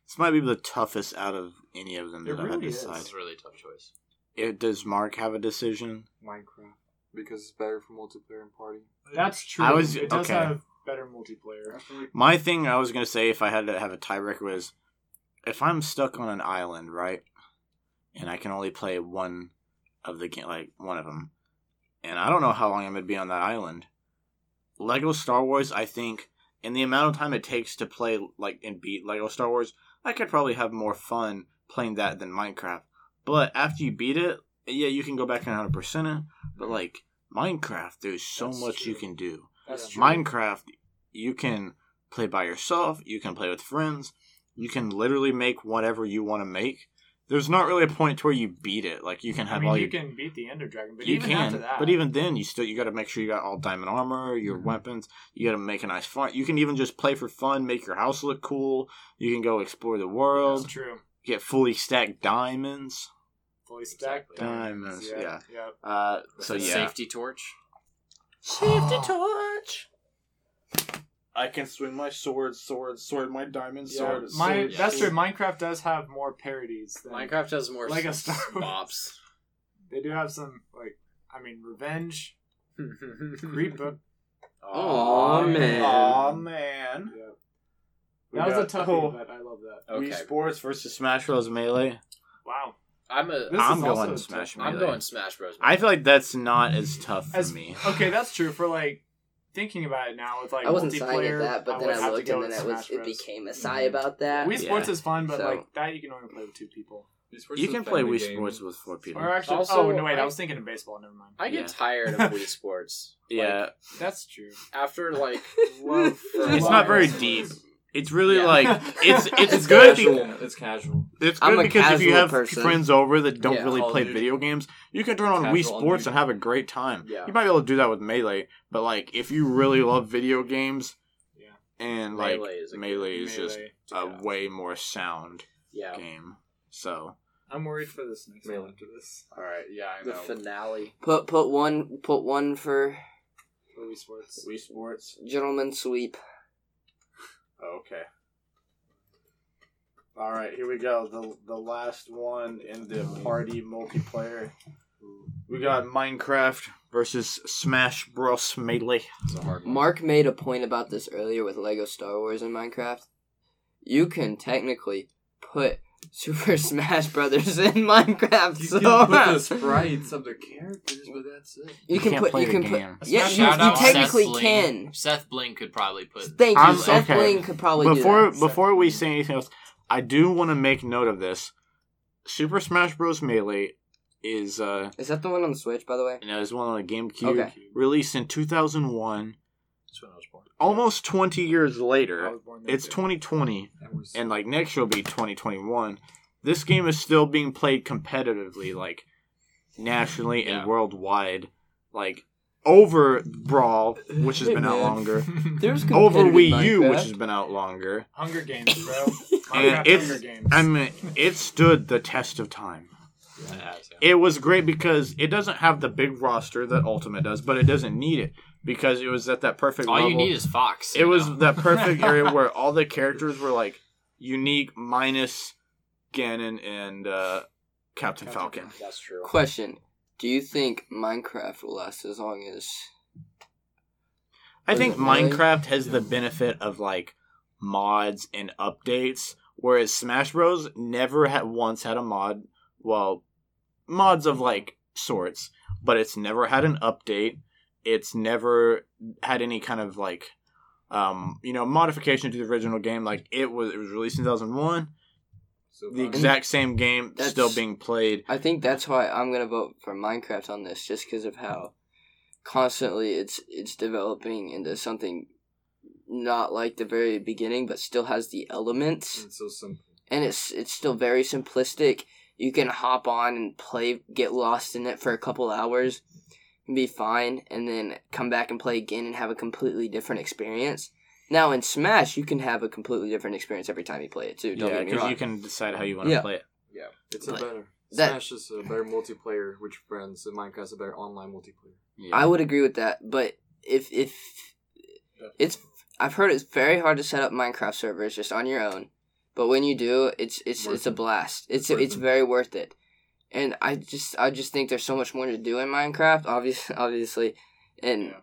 D: This might be the toughest out of any of them
A: It
D: that I've had
A: really
D: to
A: is.
D: decide.
E: It's a really tough choice.
D: It, does Mark have a decision?
A: Minecraft.
C: because it's better for multiplayer and party.
A: That's true.
D: I was-
A: it does
D: okay.
A: have better multiplayer.
C: I feel like
D: My thing I was gonna say if I had to have a tiebreaker was if I'm stuck on an island, right, and I can only play one of the game, like one of them, and I don't know how long I'm gonna be on that island. Lego Star Wars, I think, and the amount of time it takes to play like and beat Lego Star Wars, I could probably have more fun playing that than Minecraft. But after you beat it, yeah, you can go back and 100 percent it. But like Minecraft, there's so
A: That's
D: much you
A: true.
D: can do.
A: That's true.
D: Minecraft, you can play by yourself, you can play with friends, you can literally make whatever you want to make. There's not really a point to where you beat it. Like you can
A: I
D: have
A: mean,
D: all
A: you
D: your
A: can beat the Ender Dragon, but
D: you
A: even
D: can,
A: after that, Mm-hmm.
D: but even then, you still you got to make sure you got all diamond armor, your
C: Mhm.
D: weapons. You got to make a nice farm. You can even just play for fun, make your house look cool. You can go explore the
A: that's
D: world,
A: true.
D: get fully stacked diamonds.
A: Fully stacked
E: Exactly.
A: diamonds,
D: Diamonds, yeah.
A: yeah.
D: Uh, so
E: The
D: yeah,
E: Safety torch.
F: Safety torch. I can swing my sword, sword, sword, my diamond
A: Yeah,
F: sword.
A: my
F: sword,
A: that's true.
F: sword.
A: Minecraft does have more parodies. Than,
E: Minecraft has more
A: Like a
E: s-
A: Star Wars.
E: bops.
A: They do have some like, I mean, revenge, creep. That
B: Aw, man.
F: Aw, man.
A: Yeah.
F: We
A: was a
F: got-
A: toughie,
F: oh,
A: but I love that.
E: Okay.
F: Wii Sports
D: to
F: versus
D: Smash Bros. Melee.
A: Wow,
E: I'm a.
A: This
D: I'm
A: is
D: going
A: also a
D: Smash
A: tough-
D: Melee.
E: am going Smash Bros.
D: I feel like that's not as tough for
A: As-
D: me.
A: okay, that's true. For like thinking about it now, with like
B: I wasn't sighing
A: multiplayer,
B: at that, but
A: would
B: then I
A: have to
B: looked
A: go
B: and then
A: with
B: it was
A: Smash
B: it
A: Bros.
B: became a sigh about that.
A: Wii Sports
D: Yeah.
A: is fun, but
B: So-
A: like that you can only play with two people.
D: You can play Wii Sports with four people.
A: Or actually,
E: Also,
A: oh no, wait, I,
E: I-
A: was thinking of baseball. Never mind.
E: I get
D: Yeah.
E: tired of Wii Sports. Like,
D: yeah,
A: That's true.
E: After like,
B: love for a
D: it's
B: Well,
D: not very
B: it's-
D: deep. It's really
E: Yeah.
D: like it's it's,
B: It's
D: good.
C: casual.
D: Be,
C: It's casual.
D: it's
B: I'm
D: good
B: a
D: because if you
B: casual
D: have
B: person.
D: friends over that don't
E: Yeah,
D: really
C: Call of
D: play
C: Duty.
D: video games, you can turn on Wii
C: Casual on
D: Sports and
C: Duty.
D: have a great time.
E: Yeah.
D: You might be able to do that with Melee, but like if you really love video games,
A: Yeah.
D: and like
E: Melee is a good-
D: Melee is just
A: Melee.
D: a
E: Yeah.
D: way more sound
E: yeah.
D: game. So
A: I'm worried for this next
C: Melee.
A: one after this.
E: All right. Yeah, I
F: The
E: know.
F: finale.
B: Put put one put one for
A: For Wii Sports.
F: Wii Sports.
B: gentleman sweep.
F: Okay. All right, here we go. The the last one in the party multiplayer.
D: we got Minecraft versus Smash Bros. Melee.
C: It's a hard one.
B: Mark made a point about this earlier with Lego Star Wars and Minecraft. You can technically put Super Smash Brothers in Minecraft.
C: You
B: so
C: can put the sprites of the characters, but that's it.
B: You can
D: Can't
B: put.
D: play
B: You
D: the
B: can
D: game.
B: put. Yeah,
E: Shout
B: you, you
E: out Seth
B: technically
E: Bling.
B: can.
E: Seth Bling could probably put.
B: Thank you.
D: I'm-
B: Seth
D: okay.
B: Bling could probably
D: before
B: do that.
D: before we say anything else, I do want to make note of this. Super Smash Bros. Melee is uh
B: Is that the one on the Switch, by the way?
D: you know, is one on the GameCube,
B: Okay.
D: released in 2001,
E: That's when I was born.
D: almost 20 years
A: I
D: later.
A: was born there,
D: It's
A: too.
D: 2020,
C: That was-
D: and like next year will be 2021. This game is still being played competitively, like nationally
E: Yeah.
D: and worldwide, like over Brawl, which has
B: Hey,
D: been out
B: man.
D: longer,
B: There's
D: over
B: competitive
D: Wii U,
B: Minecraft.
D: which has been out longer.
A: Hunger Games, bro.
D: And
A: Minecraft
D: it's-
A: Hunger Games.
D: I mean, it stood the test of time.
E: Yeah.
D: It was great because it doesn't have the big roster that Ultimate does, but it doesn't need it because it was at that perfect
E: All
D: level.
E: you need is Fox.
D: it
E: you
D: was
E: know?
D: that perfect area where all the characters were like unique, minus Ganon and uh, Captain,
A: Captain
D: Falcon.
E: That's true.
B: Question: Do you think Minecraft will last as long as?
D: I
B: Was
D: think
B: it really?
D: Minecraft has the benefit of like mods and updates, whereas Smash Bros. never had once had a mod. Well, mods of like sorts, but it's never had an update. It's never had any kind of like, um, you know, modification to the original game. Like it was, it was released in 2001.
C: so
D: The
C: fun.
D: exact same game
B: That's-
D: still being played.
B: I think that's why I'm gonna vote for Minecraft on this, just because of how constantly it's it's developing into something not like the very beginning, but still has the elements,
C: It's so simple.
B: and it's it's still very simplistic. You can hop on and play, get lost in it for a couple hours, and be fine, and then come back and play again and have a completely different experience. Now in Smash, you can have a completely different experience every time you play it too. Don't
D: Yeah,
B: get me
D: because
B: wrong.
D: you can decide how you want to
B: Yeah.
D: play it.
C: It's a
B: Like,
C: better.
B: that-
C: Smash is a better multiplayer with friends, and Minecraft's a better online multiplayer.
D: Yeah.
B: I would agree with that, but if if it's I've heard it's very hard to set up Minecraft servers just on your own. But when you do, it's it's
C: Worth
B: it's a blast. It's
C: Worth
B: it's
C: it.
B: very worth it. And I just I just think there's so much more to do in Minecraft, obviously, obviously, and
A: Yeah.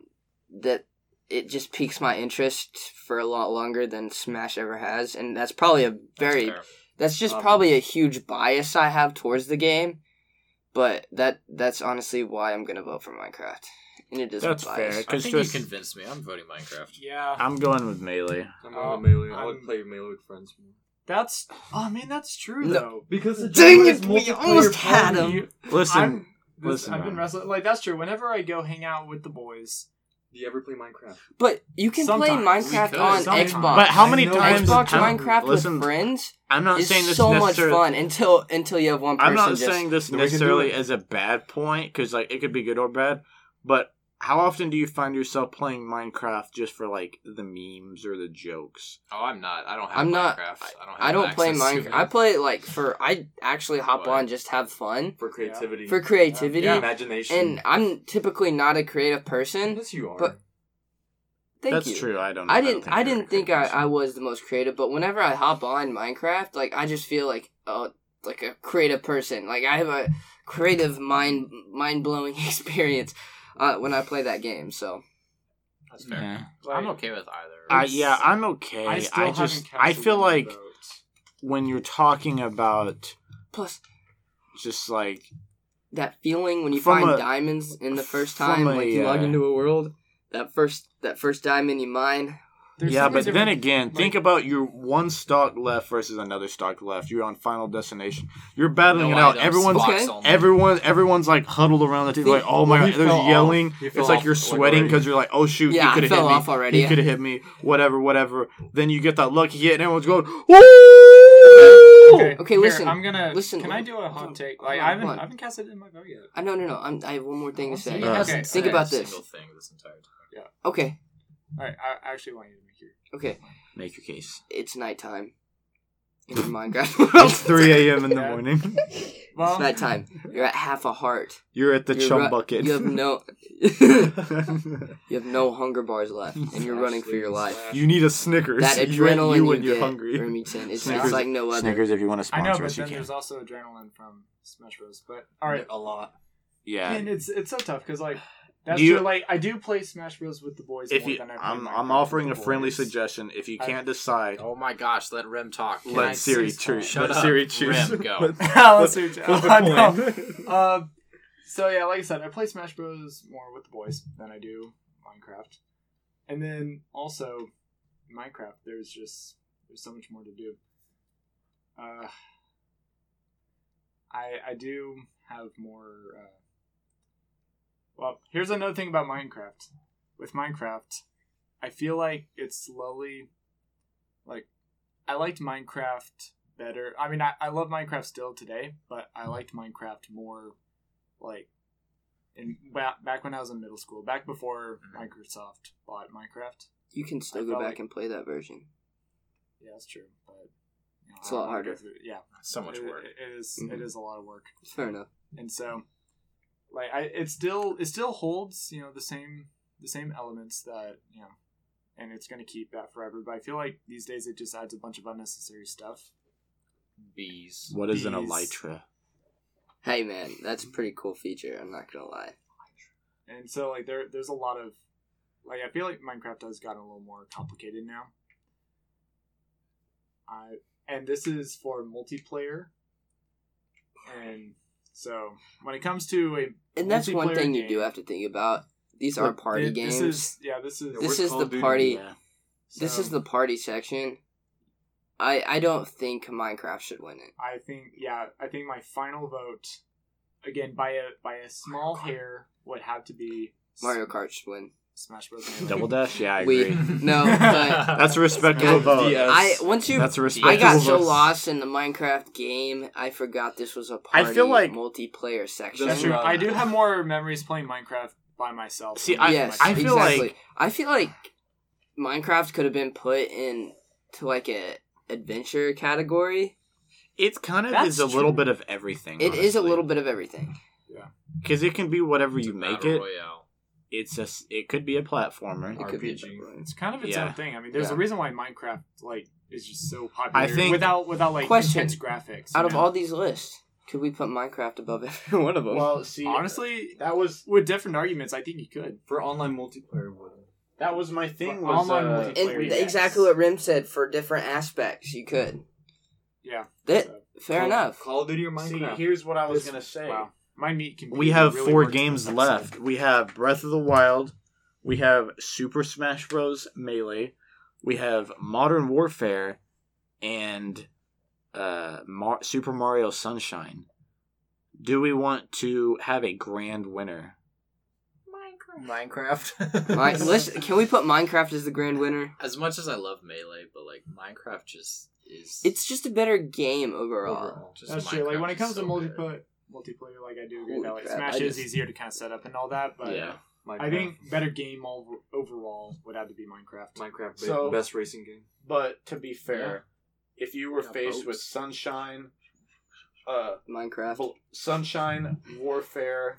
B: that it just piques my interest for a lot longer than Smash ever has, and that's probably a very
E: Fair.
B: that's just
C: Um,
B: probably a huge bias I have towards the game, but that that's honestly why I'm gonna vote for Minecraft. And it is
D: That's
B: a bias.
D: fair.
E: I
D: 'cause
E: think
D: just-
E: you convinced me. I'm voting Minecraft.
A: Yeah,
D: I'm going with melee.
C: I'm
A: Um,
C: going with melee. I would
A: I'm-
C: play melee with friends. more.
A: that's. Oh man, that's true
B: No.
A: though.
C: Because the
B: Dang
C: genre
B: it,
C: is
B: we
C: multiplayer
B: almost had
C: party.
A: You-
D: Listen,
A: I'm- this-
D: listen,
A: I've been
D: man.
A: wrestling. Like that's true. Whenever I go hang out with the boys,
C: Do you ever play Minecraft?
B: But you can play
A: Sometimes.
B: Minecraft
E: We could.
B: on
A: Sometimes.
B: Xbox.
D: but how
C: I
D: many
C: know
D: times?
B: Xbox
D: I'm-
B: Minecraft
D: listen,
B: with friends
D: I'm not
B: is
D: saying this
B: so much
D: necessarily.
B: fun until until you have one person.
D: I'm not
B: just,
D: saying this
C: Then we can do
D: necessarily
C: it.
D: as a bad point because like it could be good or bad, but how often do you find yourself playing Minecraft just for like the memes or the jokes?
E: Oh, I'm not. I don't have
B: I'm
E: Minecraft.
B: not-
E: I don't. Have
B: I don't play
E: access to
B: Minecraft.
E: it.
B: I play like for I actually hop
E: What?
B: on just have fun
C: For creativity.
B: for creativity.
A: Yeah.
C: Imagination.
B: And I'm typically not a creative person.
C: yes, you are.
B: but- Thank
D: That's
B: you.
D: true. I don't.
B: I
D: don't
B: didn't. I
D: you're
B: didn't think I,
D: correct.
B: I was the most creative, but whenever I hop on Minecraft, like I just feel like uh like a creative person. Like I have a creative mind mind blowing experience uh, when I play that game. So
E: That's fair.
D: Yeah.
A: like,
E: I'm okay with either.
D: I, yeah, I'm okay. I,
A: still haven't
D: just I
A: captured
D: feel
A: the
D: like
A: vote.
D: when you're talking about
B: plus
D: just like
B: that feeling when you
D: From
B: find
D: a-
B: diamonds in the first
D: from
B: time,
D: a,
B: like you log
D: uh,
B: into a world, that first that first diamond you mine.
A: There's
D: yeah,
A: so many
D: but then
A: different-
D: again,
A: like-
D: think about your one stock left versus another stock left. You're on Final Destination. You're battling it out. Everyone's
B: Okay.
D: everyone everyone's like huddled around the table, like oh my
C: Well, he
D: god, there's
C: fell
D: yelling.
C: off. He fell
D: It's like
C: off,
D: you're
C: like,
D: sweating because you're like oh shoot,
B: Yeah, I
D: he could have
B: fell
D: hit
B: off
D: me.
B: already.
D: He could have hit me. Whatever, whatever. Then you get that lucky hit, and everyone's going woo.
B: Okay, listen.
A: I'm gonna
B: Listen,
A: Can I do a hot
B: hold
A: take?
B: on,
A: Like
B: hold
A: I haven't,
B: on.
A: I haven't casted in my vote yet.
B: I Uh, no no no. I'm, I have one more thing to say.
E: He hasn't
A: Okay,
E: said
B: Think
A: okay.
B: about
E: a
B: this.
E: Single thing this entire time.
B: Okay,
A: All right, I I actually want you to make your.
B: okay.
D: Make your case.
B: It's nighttime. In your Minecraft world.
D: It's 3 a.m. in the
A: Yeah.
D: morning.
A: Well,
B: It's nighttime. You're at half a heart.
D: You're at the
B: You're
D: chum
B: ru-
D: bucket.
B: You have no. you
D: you
B: have no hunger bars left, and you're running for your life.
D: need a Snickers.
B: That
D: you, and-
B: adrenaline
D: you
B: you,
D: when you're
B: get,
D: hungry.
B: Remington, it's
D: Snickers-
B: just like no other.
D: if you want to
A: I know, but then there's also adrenaline from Smash Bros. But all right,
C: A lot.
D: Yeah.
A: and it's it's so tough because like that's
D: Do you-
A: true. Like I do play Smash Bros. with the boys.
D: If
A: more
D: you,
A: than I play
D: I'm,
A: Minecraft
D: I'm offering a
A: with the
D: friendly
A: boys.
D: suggestion. If you
A: I-
D: can't decide,
E: Oh my gosh, let Rem talk. Can I
D: let Siri
E: say
D: choose.
E: something?
D: let
E: Shut
D: Siri
E: up.
D: choose.
E: Rem, go.
D: Let-
A: Alice or Jack.
D: flip a
A: I know.
D: coin.
A: Um, so yeah, like I said, I play Smash Bros. more with the boys than I do Minecraft, and then also Minecraft. There's just there's so much more to do. Uh, I I do have more. Uh, well, here's another thing about Minecraft. With Minecraft, I feel like it's slowly, like, I liked Minecraft better. I mean, I, I love Minecraft still today, but I liked Minecraft more, like, in ba- back when I was in middle school, back before
B: Mm-hmm.
A: Microsoft bought Minecraft.
B: You can still
A: I
B: go
A: felt
B: back
A: like-
B: and play that version.
A: Yeah, that's true, but you know,
B: It's
A: I
B: a lot
A: don't wanna go
B: harder.
A: through- Yeah,
E: So much
A: it-
E: work.
A: it is- It
B: Mhm.
A: is a lot of work.
B: Fair enough.
A: and so like I, it still it still holds you know the same the same elements that you know and it's going to keep that forever but i feel like these days it just adds a bunch of unnecessary stuff
E: Bees.
D: What is an
A: Bees.
D: elytra?
B: Hey man, that's a pretty cool feature. I'm not gonna lie.
A: and so like there there's a lot of like i feel like minecraft has gotten a little more complicated now i and this is for multiplayer and so when it comes to a
B: And that's one
A: Multiplayer
B: thing you do
A: game.
B: have to think about. These are party
A: Th-
B: games.
A: this is yeah this is
B: This is
C: Call
B: the
C: of Duty?
B: party. This
A: so-
B: is the party section. I I don't think Minecraft should win it.
A: I think yeah, I think my final vote again by a by a small hair would have to be S-
B: Mario Kart should win.
A: Smash Bros. Melee.
D: Double dash? Yeah, I
B: We-
D: agree.
B: No, but
D: That's a respectable
A: Yeah.
D: vote.
C: DS.
B: I once you
D: That's a
B: I
D: respectable
B: got
D: vote.
B: so lost in the Minecraft game, I forgot this was a
D: I
B: party
D: feel like-
B: multiplayer section.
A: That's
C: That's
A: true.
C: right.
A: I do have more memories playing Minecraft by myself.
D: See, I-
B: Yes,
D: I feel like-
B: exactly. I feel like Minecraft could have been put in to like a adventure category.
D: It kind of
A: That's
D: is a
A: true.
D: little bit of everything.
B: It is a little bit of everything.
D: because it can be whatever you make
E: Battle
D: it.
E: Royale.
D: It's a. It could be a platformer.
B: It could be
C: RPG.
A: it's kind of its
D: Yeah.
A: own thing. I mean, there's
B: Yeah.
A: a reason why Minecraft like is just so popular.
D: I think-
A: without without like
B: Question.
A: intense graphics.
B: Out
A: you
B: of
A: know?
B: all these lists, could we put Minecraft above every one of them?
F: Well, see,
A: honestly,
F: that was
A: with different arguments, I think you could.
C: For online multiplayer, would
F: that was my thing.
A: For
F: Was
A: online
F: uh,
A: multiplayer.
B: It-
A: Larry,
B: th- exactly what Rim said for different aspects. You could.
A: Yeah.
B: That,
A: So,
B: fair
C: Call-
B: enough.
C: Call of Duty or
F: see,
C: Minecraft?
F: here's what I was
A: This-
F: gonna say.
A: wow. My meat can.
D: We have four games left. We have Breath of the Wild. We have Super Smash Bros. Melee. We have Modern Warfare, and uh, Mar- Super Mario Sunshine. Do we want to have a grand winner?
F: Minecraft.
B: My, listen, can we put Minecraft as the grand winner?
E: As much as I love melee, but like Minecraft just is.
B: It's just a better game overall.
E: just
A: That's true. Like when
E: Minecraft
A: it
E: is
A: comes to
E: so good.
A: multiplayer, multiplayer, like I do agree
B: Holy
A: that like
B: crap,
A: Smash
B: I
A: is
B: just-
A: easier to kind of set up and all that, but
E: yeah,
C: Minecraft.
A: I think better game over- overall would have to be Minecraft.
C: Minecraft, ba-
F: So-
C: best racing game.
F: But to be fair, if you were
E: Yeah,
F: faced
E: boats.
F: with sunshine, uh,
B: Minecraft.
F: bl- sunshine warfare,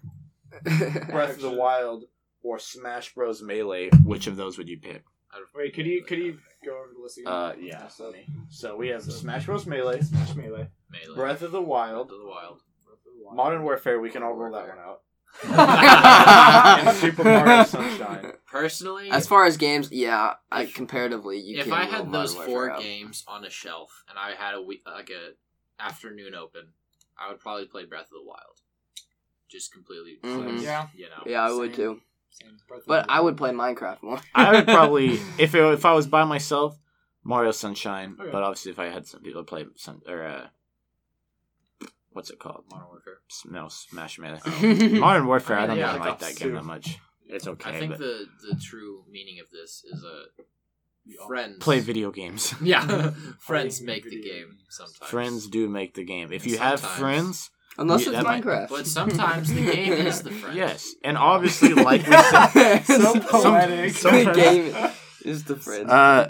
F: Breath of the Wild, or Smash Bros. Melee.
D: Which of those would you pick?
E: I'd-
A: Wait, could you could you go over the list again?
D: Uh, yeah.
F: So, so we have Smash Bros. Melee,
A: Smash Melee.
E: melee
F: Breath of the
E: Breath
F: Wild,
E: of the Wild?
F: Modern Warfare. We can all roll that one out.
B: And
F: Super Mario Sunshine.
E: Personally,
B: As far as games, yeah, I, comparatively, you
E: if
B: can't
E: I
B: roll
E: had those
B: Modern
E: four
B: Warfare out.
E: games on a shelf and I had a week, like a afternoon open, I would probably play Breath of the Wild. Just completely,
B: Mhm.
E: cleanse,
A: Yeah.
E: you know.
B: Yeah, I would
A: Same.
B: too.
A: Same. Breath of
B: But
A: the
B: I
A: Wild.
B: would play Minecraft more.
D: I would probably if it, if I was by myself, Mario Sunshine.
A: Okay.
D: But obviously, if I had some people play some or uh, what's it called?
E: Modern Warfare.
D: S- No, Smash Melee.
E: Oh.
F: Oh.
B: I
D: Modern Warfare. I don't
E: Yeah,
D: even
E: like
D: like that game that much. It's okay,
E: I think
D: but
E: the the true meaning of this is a friends
D: play video games.
E: Yeah, friends
A: Playing
E: make the
A: video
E: game
A: games.
E: sometimes.
D: friends do make the game. If
E: And
D: you have
E: sometimes-
D: friends,
B: Unless
D: Yeah,
B: it's
D: that might-
B: Minecraft.
E: but sometimes the game is the friends.
D: yes, and obviously, like we said,
A: So
D: Some-
A: poetic.
B: the game is the friend.
D: uh,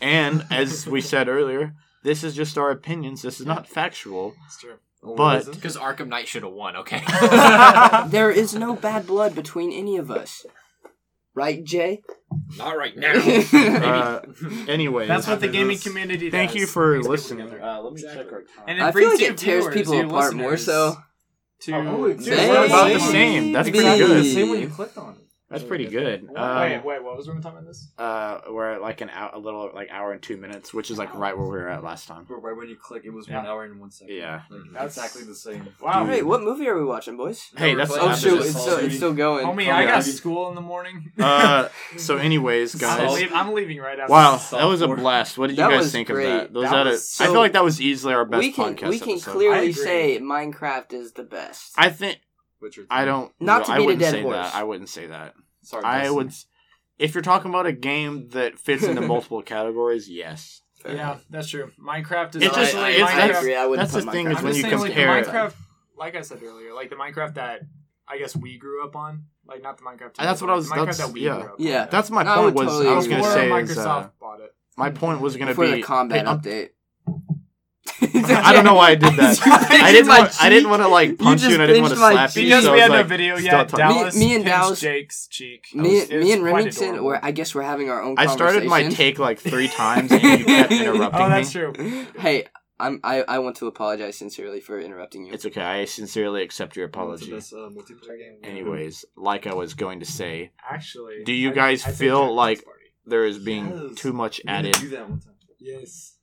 D: and as we said earlier, this is just our opinions. This is not factual.
A: It's true.
D: But-
E: because Arkham Knight should have won. Okay.
D: Uh.
B: there is no bad blood between any of us. Right, Jay?
E: Not right
D: Uh, anyways,
A: That's what the gaming
C: This-
A: community.
D: thank
A: does.
D: you for
A: Brings people
D: listening.
A: together.
F: Uh, let me
A: Exactly.
F: check our time.
A: And it
B: I feel
A: brings
B: like
A: you
B: it tears
A: viewers,
B: people
A: you
B: apart more
A: listeners,
B: so.
A: To
F: Oh, it's
A: Dude,
B: Hey.
A: we're
D: about the same. That's pretty
B: good.
C: Same when you clicked on it.
D: That's pretty good.
A: wait,
D: Um,
A: wait, what was we talking about this?
D: uh, we're at like an hour, a little like hour and two minutes, which is like right where we were at last time.
C: But right when you click, it was one
A: Yeah.
C: hour and one second.
D: Yeah.
C: Like,
A: That's-
C: exactly the same.
A: Wow,
D: Dude.
B: Hey, what movie are we watching, boys?
D: Hey, that's
E: Oh,
B: Oh,
E: shoot,
B: shoot,
E: it's
B: it's
C: Saul
B: still,
C: Goodman.
B: it's still going.
A: homie,
C: Oh,
A: I
C: yeah.
A: got school in the morning.
D: Uh, so, anyways,
A: I'm,
D: guys,
A: leav- I'm leaving right after.
D: Wow,
A: this.
D: that was a blast. What did you
B: That
D: guys
B: was
D: think
B: great.
D: of that? Those
A: That
D: that
A: was
D: I
B: so-
D: feel like that was easily our best
B: we can
D: podcast.
B: we can
D: episode.
A: I
B: clearly
A: agree.
B: say Minecraft is the best.
D: I think
C: Witcher
D: I don't.
B: Not to
D: I
B: beat a
D: wouldn't
B: dead
D: say
B: horse.
D: That. I wouldn't say that.
C: Sorry,
D: I
C: Dustin.
D: would. s- If you're talking about a game that fits into multiple categories, yes.
A: Yeah, that's true. Minecraft is
D: It just-
A: I-
D: it's-
A: Minecraft-
D: that's-
B: I
D: that's the thing
B: Minecraft
D: is
A: I'm
D: when
A: just
D: you
A: saying,
D: compare
A: like,
D: it-
A: the Minecraft, like I said earlier, like the Minecraft that I guess we grew up on, like not the Minecraft.
D: Uh, that's
A: but,
D: what I
A: like,
D: was-
A: the Minecraft
D: that's-
A: that we
D: yeah.
A: grew up. on.
B: Yeah.
D: That's my
B: I
D: point.
B: would
D: Was
B: totally
D: I was going to
A: Before
D: say is,
A: Microsoft
D: uh,
A: bought it.
D: my point was going to
B: for
D: be
B: the combat
D: hey, I'm-
B: update.
D: I don't know why I did that.
B: You pinched
D: I didn't.
B: my
D: Want, I didn't want to like punch you,
B: just
D: and I didn't want to
B: pinched my
D: slap you.
B: cheek.
A: Because
D: so I
A: we
D: was
A: had
D: like,
A: no video
D: stop
A: yet,
D: talking.
A: Dallas.
B: Me- me and
A: pinched
B: Dallas-
A: Jake's cheek.
B: Me,
A: It was
B: me and
A: quite
B: Remington,
A: adorable.
B: or I guess we're having our own.
D: I started my
B: conversation.
D: take like three times, and you kept interrupting
A: Oh, that's
D: me.
A: true.
B: Hey, I'm. I, I want to apologize sincerely for interrupting you.
D: It's okay. I sincerely accept your
C: What's the
D: apology.
C: best, uh, multiplayer game?
D: Anyways, like I was going to say,
A: Actually,
D: Do you
A: I-
D: guys
A: I think
D: feel
A: Jackson's
D: like-
A: party.
D: there is being
C: Yes.
D: too much
C: We need to
D: added.
C: do that one time.
A: Yes.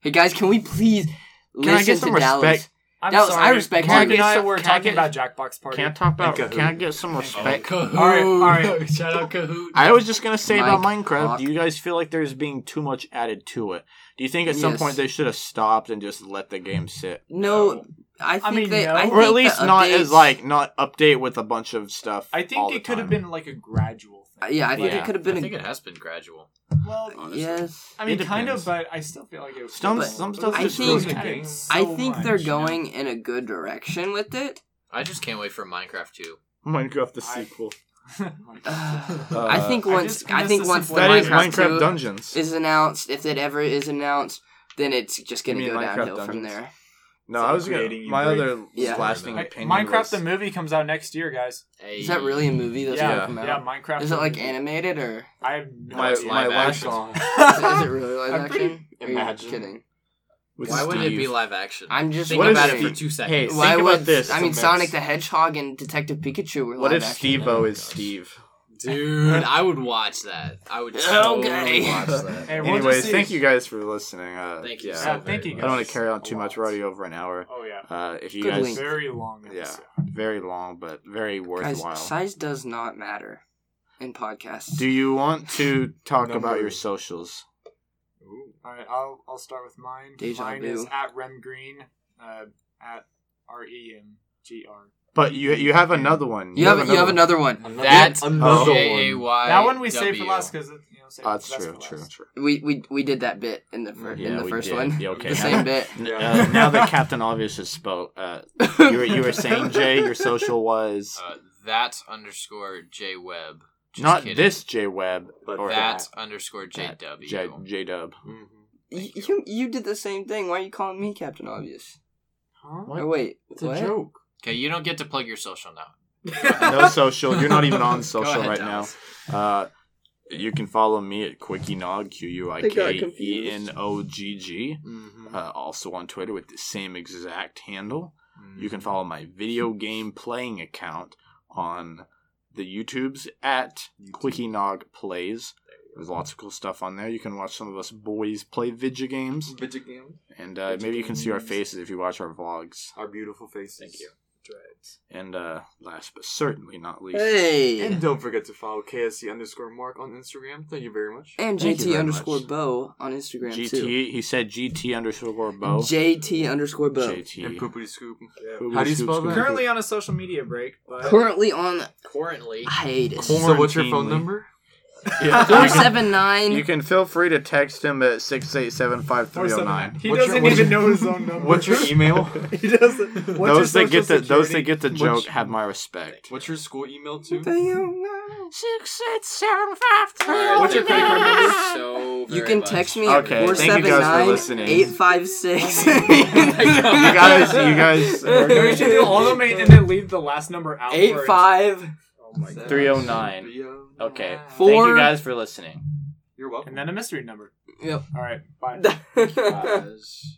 B: hey guys, can we please
D: I
B: listen
D: get some
B: to Dallas?
D: respect?
A: I'm
B: Dallas,
A: sorry.
B: I respect
A: Mark
D: you.
A: and I
D: Can I
A: were
D: get-
A: talking
D: can I
A: about Jackbox Party.
D: Can't talk about.
C: And Kahoot.
D: Can I get some respect?
E: Kahoot.
A: All right, all right.
E: Shout out Kahoot.
D: I was just gonna say about
B: Mike,
D: Minecraft.
B: fuck.
D: Do you guys feel like there's being too much added to it? Do you think at some
B: Yes.
D: point they should have stopped and just let the game sit,
B: No, I think
A: mean,
B: they.
A: no.
B: I
D: or at
B: think the
D: least not as
B: updates-
D: like not update with a bunch of stuff?
A: I
D: all
A: think
D: the
A: it could have
D: time?
A: been like a gradual
B: Uh,
A: thing.
B: Yeah, I think
D: Yeah.
B: it could have
E: I
B: been.
E: think
B: A,
E: it has been gradual.
A: Well,
E: Honestly.
B: yes,
A: I mean,
D: It
A: kind
D: depends.
A: of, but I still feel like it was.
D: Some- some stuff
B: just goes
C: to game.
B: I think they're going in a good direction with it.
E: I just can't wait for Minecraft 2.
D: Minecraft the
A: I-
D: sequel.
B: Uh, I think
A: I
B: once.
A: just
B: I, think
A: miss
B: once
A: the
B: the
D: That is
B: Minecraft,
D: Minecraft
B: 2
D: Dungeons.
B: is announced, if it ever is announced, then it's just gonna
D: You mean
B: go
D: Minecraft
B: downhill from
D: Dungeons?
B: there.
D: No,
C: It's
D: I
C: like
D: was gonna.
C: creating you
D: My
C: break-
D: other
B: Yeah.
D: lasting
A: Mi-
D: opinion.
A: Minecraft
D: was-
A: the movie comes out next year, guys.
E: Hey,
B: Is that really a movie that's
A: yeah,
B: gonna come out?
A: yeah, Minecraft.
B: Is it
A: the
B: like
A: movie.
B: animated or
A: I have no
D: My,
A: idea.
D: my
E: live
D: last
E: action.
D: song
B: is it, is it really live
C: I'm pretty-
B: action? Are you
C: imagine.
B: kidding?
D: with
E: Why would it be
D: Steve.
E: live action?
B: I'm just
E: Think
D: What
B: about
D: is
B: it.
E: it for two seconds.
D: Hey,
B: Why
D: think
B: would
D: about this.
B: I mean
D: Sometimes.
B: Sonic the Hedgehog and Detective Pikachu were
D: What
B: live
D: if
B: action.
D: Steve O is Steve?
E: Dude, I would watch that. I would
B: Okay.
E: totally watch that.
A: Hey, we'll just
D: Anyways,
A: see.
D: thank you guys for listening. Uh,
E: Thank you.
D: yeah.
E: So
A: Yeah, thank you
E: very
D: I don't
A: guys.
D: want
E: much.
D: to carry on too much.
A: A
D: We're
A: lot.
D: already over an hour.
A: Oh yeah,
D: Uh, if you
B: Good
D: guys,
B: link.
A: very long.
D: Yeah.
A: Episode.
D: very long but very
B: Guys,
D: worthwhile.
B: size does not matter in podcasts.
D: Do you want to talk about
C: Number.
D: your socials?
A: All right, I'll I'll start with mine.
B: Deja
A: mine
B: vu.
A: is at Rem Green, uh, at R E M G R.
D: But you you have another one.
B: you have you have
D: one.
B: another one.
E: That's
C: another
E: J A
C: one.
E: Y.
A: That one we saved for last because you know. Save
D: Oh, that's
A: that's
D: true.
A: for
D: True.
A: last.
D: True.
B: We we we did that bit in the fir- in
D: Yeah,
B: the
D: we
B: first
D: did.
B: one.
D: Yeah, okay.
B: The same bit.
D: Uh, now that Captain Obvious has spoke, uh, you were you were saying Jay, your social was
E: Uh, that underscore J Web. Just
D: not
E: kidding.
D: this J Web,
C: But
D: or
E: That underscore J
D: that
E: W.
D: J J Dub.
C: Mm-hmm.
B: You, you you did the same thing. Why are you calling me Captain Obvious?
A: Huh?
D: What?
B: Or wait,
C: It's
B: what?
C: a joke.
E: Okay, you don't get to plug your social now.
D: No social. You're not even on social
E: Go ahead,
D: right
E: Dallas.
D: now. Uh, you can follow me at Quickie Nog Q U I
B: They got
D: K E N O G G.
C: Mm-hmm.
D: Uh, also on Twitter with the same exact handle. You can follow my video game playing account on the YouTubes at Quickie Nog Plays. There's lots of cool stuff on there. You can watch some of us boys play video games,
C: Video games.
D: and uh, maybe you can see our faces if you watch our vlogs.
C: Our beautiful faces.
E: Thank you.
D: And uh, last but certainly not least,
B: Hey.
C: And don't forget to follow KSC underscore Mark on Instagram. Thank you very much.
B: And
D: Thank you very
B: JT underscore
D: much.
B: Bo on Instagram
D: GT.
B: too.
D: He said GT underscore Bo.
B: JT underscore Bo.
C: And
D: JT.
C: poopity scoop.
D: Poopity
C: How do you
D: scoop
C: spell that?
D: scoop.
A: Currently on a social media break, but
B: Currently on
E: Currently,
B: hiatus.
D: Corn-
C: So what's your
D: Quarantinely.
C: phone number?
D: Yeah.
B: Four seven nine.
D: You can feel free to text him at six eight seven five three zero nine.
A: He
C: What's your-
A: doesn't
C: what's
A: even
C: your-
A: know his own number.
C: What's your email?
A: he doesn't. What's your
D: Those that
A: social
D: get the those that
A: security?
D: get the
C: What's-
D: joke have my respect.
C: What's your school email too?
A: What's your credit card number?
E: so
B: You
E: very
B: can
E: much.
B: text me
D: Okay,
B: at four
D: thank you guys
B: seven
D: for
B: nine
D: listening.
B: eight five six.
D: You guys, you guys,
A: No, we should do all of them and then leave the last number out.
B: eight
A: for it.
B: five.
A: Oh my god.
D: 309. Okay.
B: Four-
D: Thank you guys for listening.
C: oh You're welcome.
A: And then a mystery number.
B: Yep.
A: All right. Bye.
E: Guys.